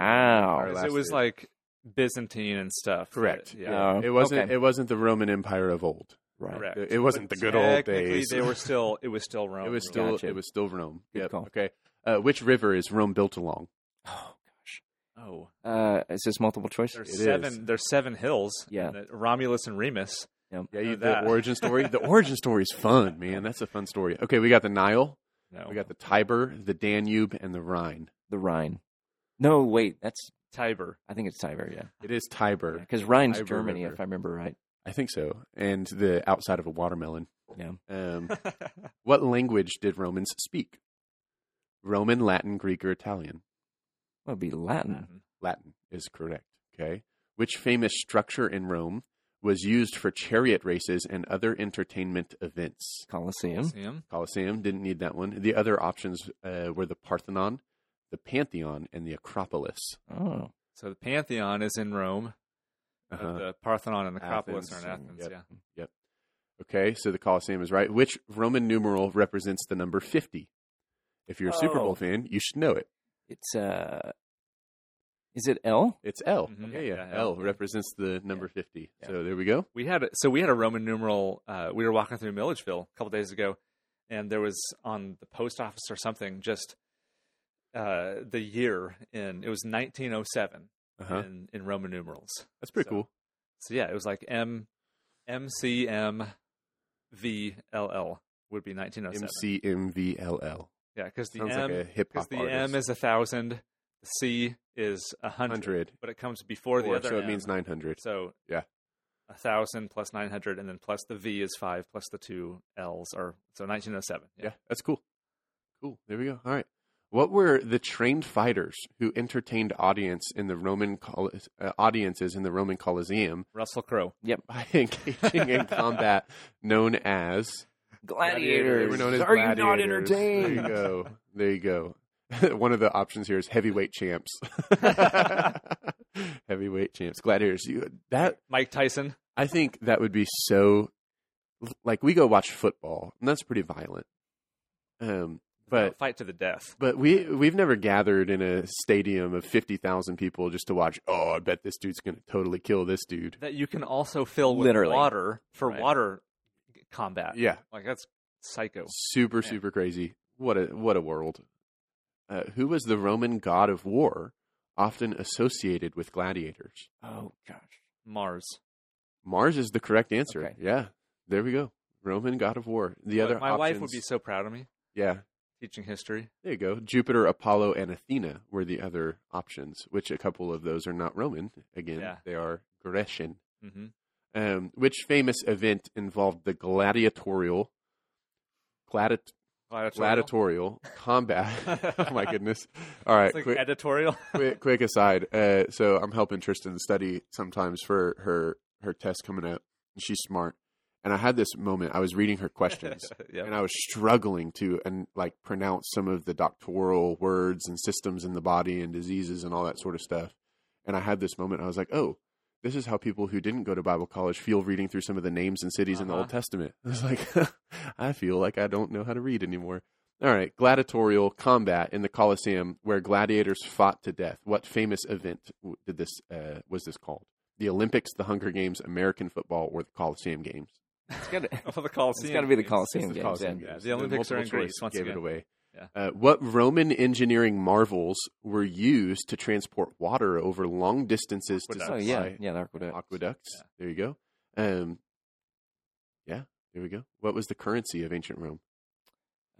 S1: Our last
S3: It was
S1: year.
S3: like Byzantine and stuff. that-
S1: Correct.
S3: yeah.
S2: Oh,
S1: it wasn't.
S2: okay.
S1: It wasn't the Roman Empire of old.
S2: Right.
S3: Correct.
S1: It wasn't
S3: But
S1: the good old
S3: technically,
S1: days.
S3: They were still. It was still Rome.
S1: It was still.
S2: Gotcha.
S1: It was still Rome.
S2: Good
S1: Yep.
S2: call.
S1: Okay. Uh, which river is Rome built along?
S2: Oh, gosh.
S3: Oh,
S2: Uh, is this multiple choice?
S3: there's
S1: It
S3: seven.
S1: is.
S3: There's seven hills.
S2: Yeah.
S3: and that Romulus and Remus.
S1: Yeah, you,
S3: Know
S1: the
S3: that.
S1: origin story. the origin story is fun, man. That's a fun story. Okay, we got the Nile,
S3: No,
S1: we got the Tiber, the Danube, and the Rhine.
S2: The Rhine. No, wait. That's.
S3: Tiber.
S2: I think it's Tiber, yeah.
S1: It is Tiber,
S2: Because Rhine's
S1: Tiber
S2: Germany,
S1: River.
S2: if I remember right.
S1: I think so, and the outside of a watermelon.
S2: Yeah.
S1: Um, what language did Romans speak? Roman, Latin, Greek, or Italian?
S2: That would be
S3: Mm-hmm.
S2: Latin.
S1: Latin is correct. Okay. Which famous structure in Rome was used for chariot races and other entertainment events?
S2: Colosseum.
S3: See 'em?
S1: Colosseum didn't need that one. The other options uh, were the Parthenon, the Pantheon, and the Acropolis.
S2: Oh.
S3: So the Pantheon is in Rome. but
S1: Uh-huh.
S3: The Parthenon and Acropolis
S1: Athens.
S3: are in Athens.
S1: Yep.
S3: Yeah.
S1: Okay, so the Colosseum is right. Which Roman numeral represents the number 50? If you're a Super
S2: Oh.
S1: Bowl fan, you should know it.
S2: It's. uh Is it L?
S1: It's L.
S3: Mhm.
S1: Okay, yeah.
S3: Yeah,
S1: L
S3: L.
S1: represents the number 50.
S2: Yeah.
S1: So there we go.
S3: We had a, so we had a Roman numeral. Uh, we were walking through Milledgeville a couple days ago, and there was on the post office or something just uh, the year in it was 1907
S1: Uh-huh.
S3: in, in Roman numerals.
S1: That's pretty
S3: So-
S1: cool.
S3: So yeah, it was like M M C M V L L would be 1907.
S1: MCMVLL.
S3: yeah, because uh, the
S1: Sounds
S3: M
S1: like a hip
S3: because
S1: hop
S3: the
S1: artist.
S3: M is a thousand, the C is a hundred,
S1: 100.
S3: but it comes before the
S1: Or-
S3: other.
S1: so it
S3: M.
S1: means 900.
S3: So
S1: Yeah.
S3: a thousand plus nine hundred, and then plus the V is five, plus the two L's, or so nineteen oh seven.
S1: Yeah, that's cool. Cool. There we go. All right. What were the trained fighters who entertained audience in the Roman col- uh, audiences in the Roman Colosseum
S3: Russell Crowe.
S1: by engaging in combat known as
S2: Gladiators.
S1: They were known as
S2: Are you not
S1: gladiators.
S2: entertained?
S1: There you go. There you go. One of the options here is heavyweight champs. heavyweight champs, gladiators. You, that
S3: Mike Tyson.
S1: I think that would be so. Like we go watch football, and that's pretty violent. Um, but
S3: fight to the death.
S1: But we we've never gathered in a stadium of fifty thousand people just to watch. Oh, I bet this dude's going to totally kill this dude.
S3: That you can also fill with
S2: Literally.
S3: water for
S2: Right.
S3: water combat.
S1: Yeah,
S3: Like that's psycho.
S1: super
S3: Yeah.
S1: super crazy. What a what a world. Uh, who was the Roman god of war, often associated with gladiators?
S2: Oh gosh.
S3: Mars.
S1: Mars is the correct answer.
S2: Okay.
S1: Yeah, there we go. Roman god of war. The
S3: But
S1: other
S3: my wife would be
S1: options-
S3: so proud of me
S1: yeah.
S3: teaching history.
S1: There you go. Jupiter, Apollo, and Athena were the other options. Which a couple of those are not Roman. Again,
S3: Yeah.
S1: they are Grecian.
S3: hmm
S1: um, which famous event involved the gladiatorial gladi- gladiatorial combat. oh my goodness! All right,
S3: It's like
S1: quick,
S3: editorial.
S1: quick, quick aside. Uh, so I'm helping Tristan study sometimes for her her test coming up. She's smart, and I had this moment. I was reading her questions,
S3: yeah.
S1: and I was struggling to and like pronounce some of the doctoral words and systems in the body and diseases and all that sort of stuff. And I had this moment. I was like, oh, this is how people who didn't go to Bible college feel reading through some of the names and cities in the
S3: Uh-huh.
S1: Old Testament. I was like, I feel like I don't know how to read anymore. All right, gladiatorial combat in the Colosseum where gladiators fought to death. What famous event w- did this uh, was this called? The Olympics, the Hunger Games, American football, or the Colosseum Games?
S2: It's gotta, it's
S3: Well, the Colosseum.
S2: gotta be the
S3: games.
S2: Colosseum
S1: It's
S2: games.
S1: Colosseum
S2: yeah.
S3: yeah.
S1: Games.
S3: The Olympics are in
S1: multiple
S3: Greece,
S1: choice
S3: once
S1: gave it
S3: again.
S1: away.
S3: Yeah.
S1: Uh, what Roman engineering marvels were used to transport water over long distances
S3: Aqueducts.
S2: Oh
S1: to
S2: yeah,
S1: supply
S2: yeah, the aqueduct.
S1: aqueducts?
S3: Yeah.
S1: There you go. Um, yeah, there we go. What was the currency of ancient Rome?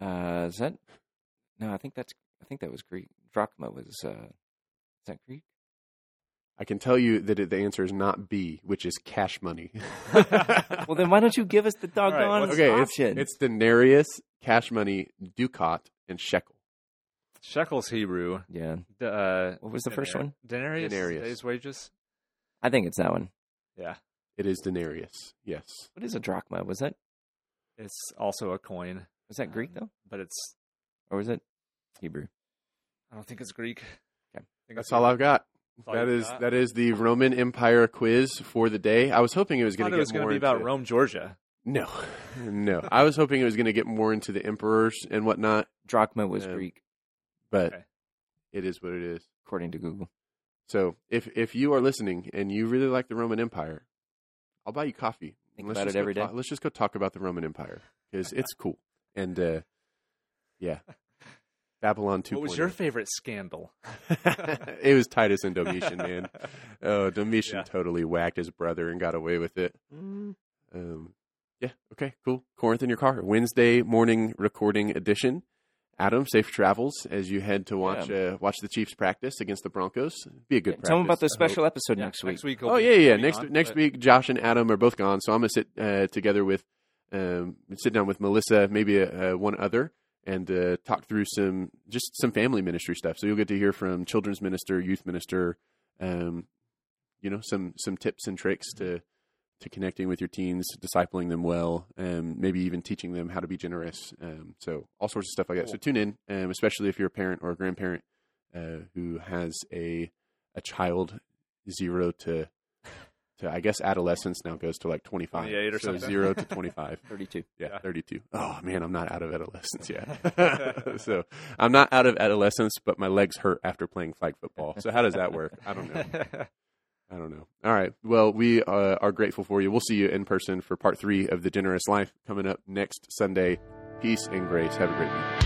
S2: Uh, is that? No, I think that's. I think that was Greek. Drachma was. Uh, is that Greek?
S1: I can tell you that it, the answer is not B, which is cash money.
S2: Well, then why don't you give us the
S3: right,
S2: doggone
S3: what's-
S1: okay, it's,
S2: option?
S1: it's denarius, cash money, ducat, and shekel.
S3: Shekels Hebrew.
S2: yeah.
S3: D- uh,
S2: What was the first
S3: denar-
S2: one?
S3: Denarius.
S1: Denarius.
S3: Day's wages.
S2: I think it's that one.
S3: Yeah.
S1: It is denarius. Yes.
S2: What is a drachma? Was that
S3: It's also a coin,
S2: was that Greek though,
S3: but it's
S2: or was it Hebrew?
S3: I don't think it's Greek.
S2: Okay.
S3: I think
S1: That's
S3: it's
S1: all I've got.
S3: That's all
S1: That
S3: you've
S1: is
S3: got?
S1: that is the Roman Empire quiz for the day. I was hoping it was
S3: I
S1: going to
S3: thought it
S1: get
S3: was going
S1: more
S3: to be about
S1: into-
S3: Rome, Georgia.
S1: No, no. I was hoping it was going to get more into the emperors and whatnot,
S2: Drachma was
S1: Yeah.
S2: Greek,
S1: but
S3: Okay.
S1: it is what it is.
S2: according to Google.
S1: So if if you are listening and you really like the Roman Empire, I'll buy you coffee.
S2: Think
S1: And
S2: about
S1: just
S2: it
S1: go
S2: every day.
S1: talk- let's just go talk about the Roman Empire because it's cool. And uh, yeah, Babylon two. oh.
S3: What was your favorite scandal?
S1: it was Titus and Domitian, man. Oh, Domitian
S3: Yeah.
S1: totally whacked his brother and got away with it. Um, yeah. Okay. Cool. Corinth in your car. Wednesday morning recording edition. Adam, safe travels as you head to watch uh, watch the Chiefs practice against the Broncos. Be a good. practice.
S2: Tell them about the
S1: I hope.
S2: special episode
S3: Yeah,
S2: next week.
S3: Next week.
S1: Oh yeah, yeah.
S3: be
S1: Next
S3: on,
S1: next
S3: but-
S1: week, Josh and Adam are both gone, so I'm gonna sit uh, together with, um, sit down with Melissa, maybe uh, one other, and uh, talk through some just some family ministry stuff. So you'll get to hear from children's minister, youth minister, um, you know, some some tips and tricks to to connecting with your teens, discipling them well, and maybe even teaching them how to be generous. Um, so all sorts of stuff like that. So
S3: Cool.
S1: tune in, um, especially if you're a parent or a grandparent uh, who has a a child zero to to I guess adolescence now goes to like 25
S3: 28 or
S1: so
S3: something.
S1: zero to 25
S2: Thirty-two.
S1: yeah,
S3: Yeah.
S1: 32 oh man I'm not out of adolescence yet so I'm not out of adolescence but my legs hurt after playing flag football so how does that work I don't know I don't know all right well we uh, are grateful for you we'll see you in person for part three of the generous life coming up next Sunday peace and grace have a great week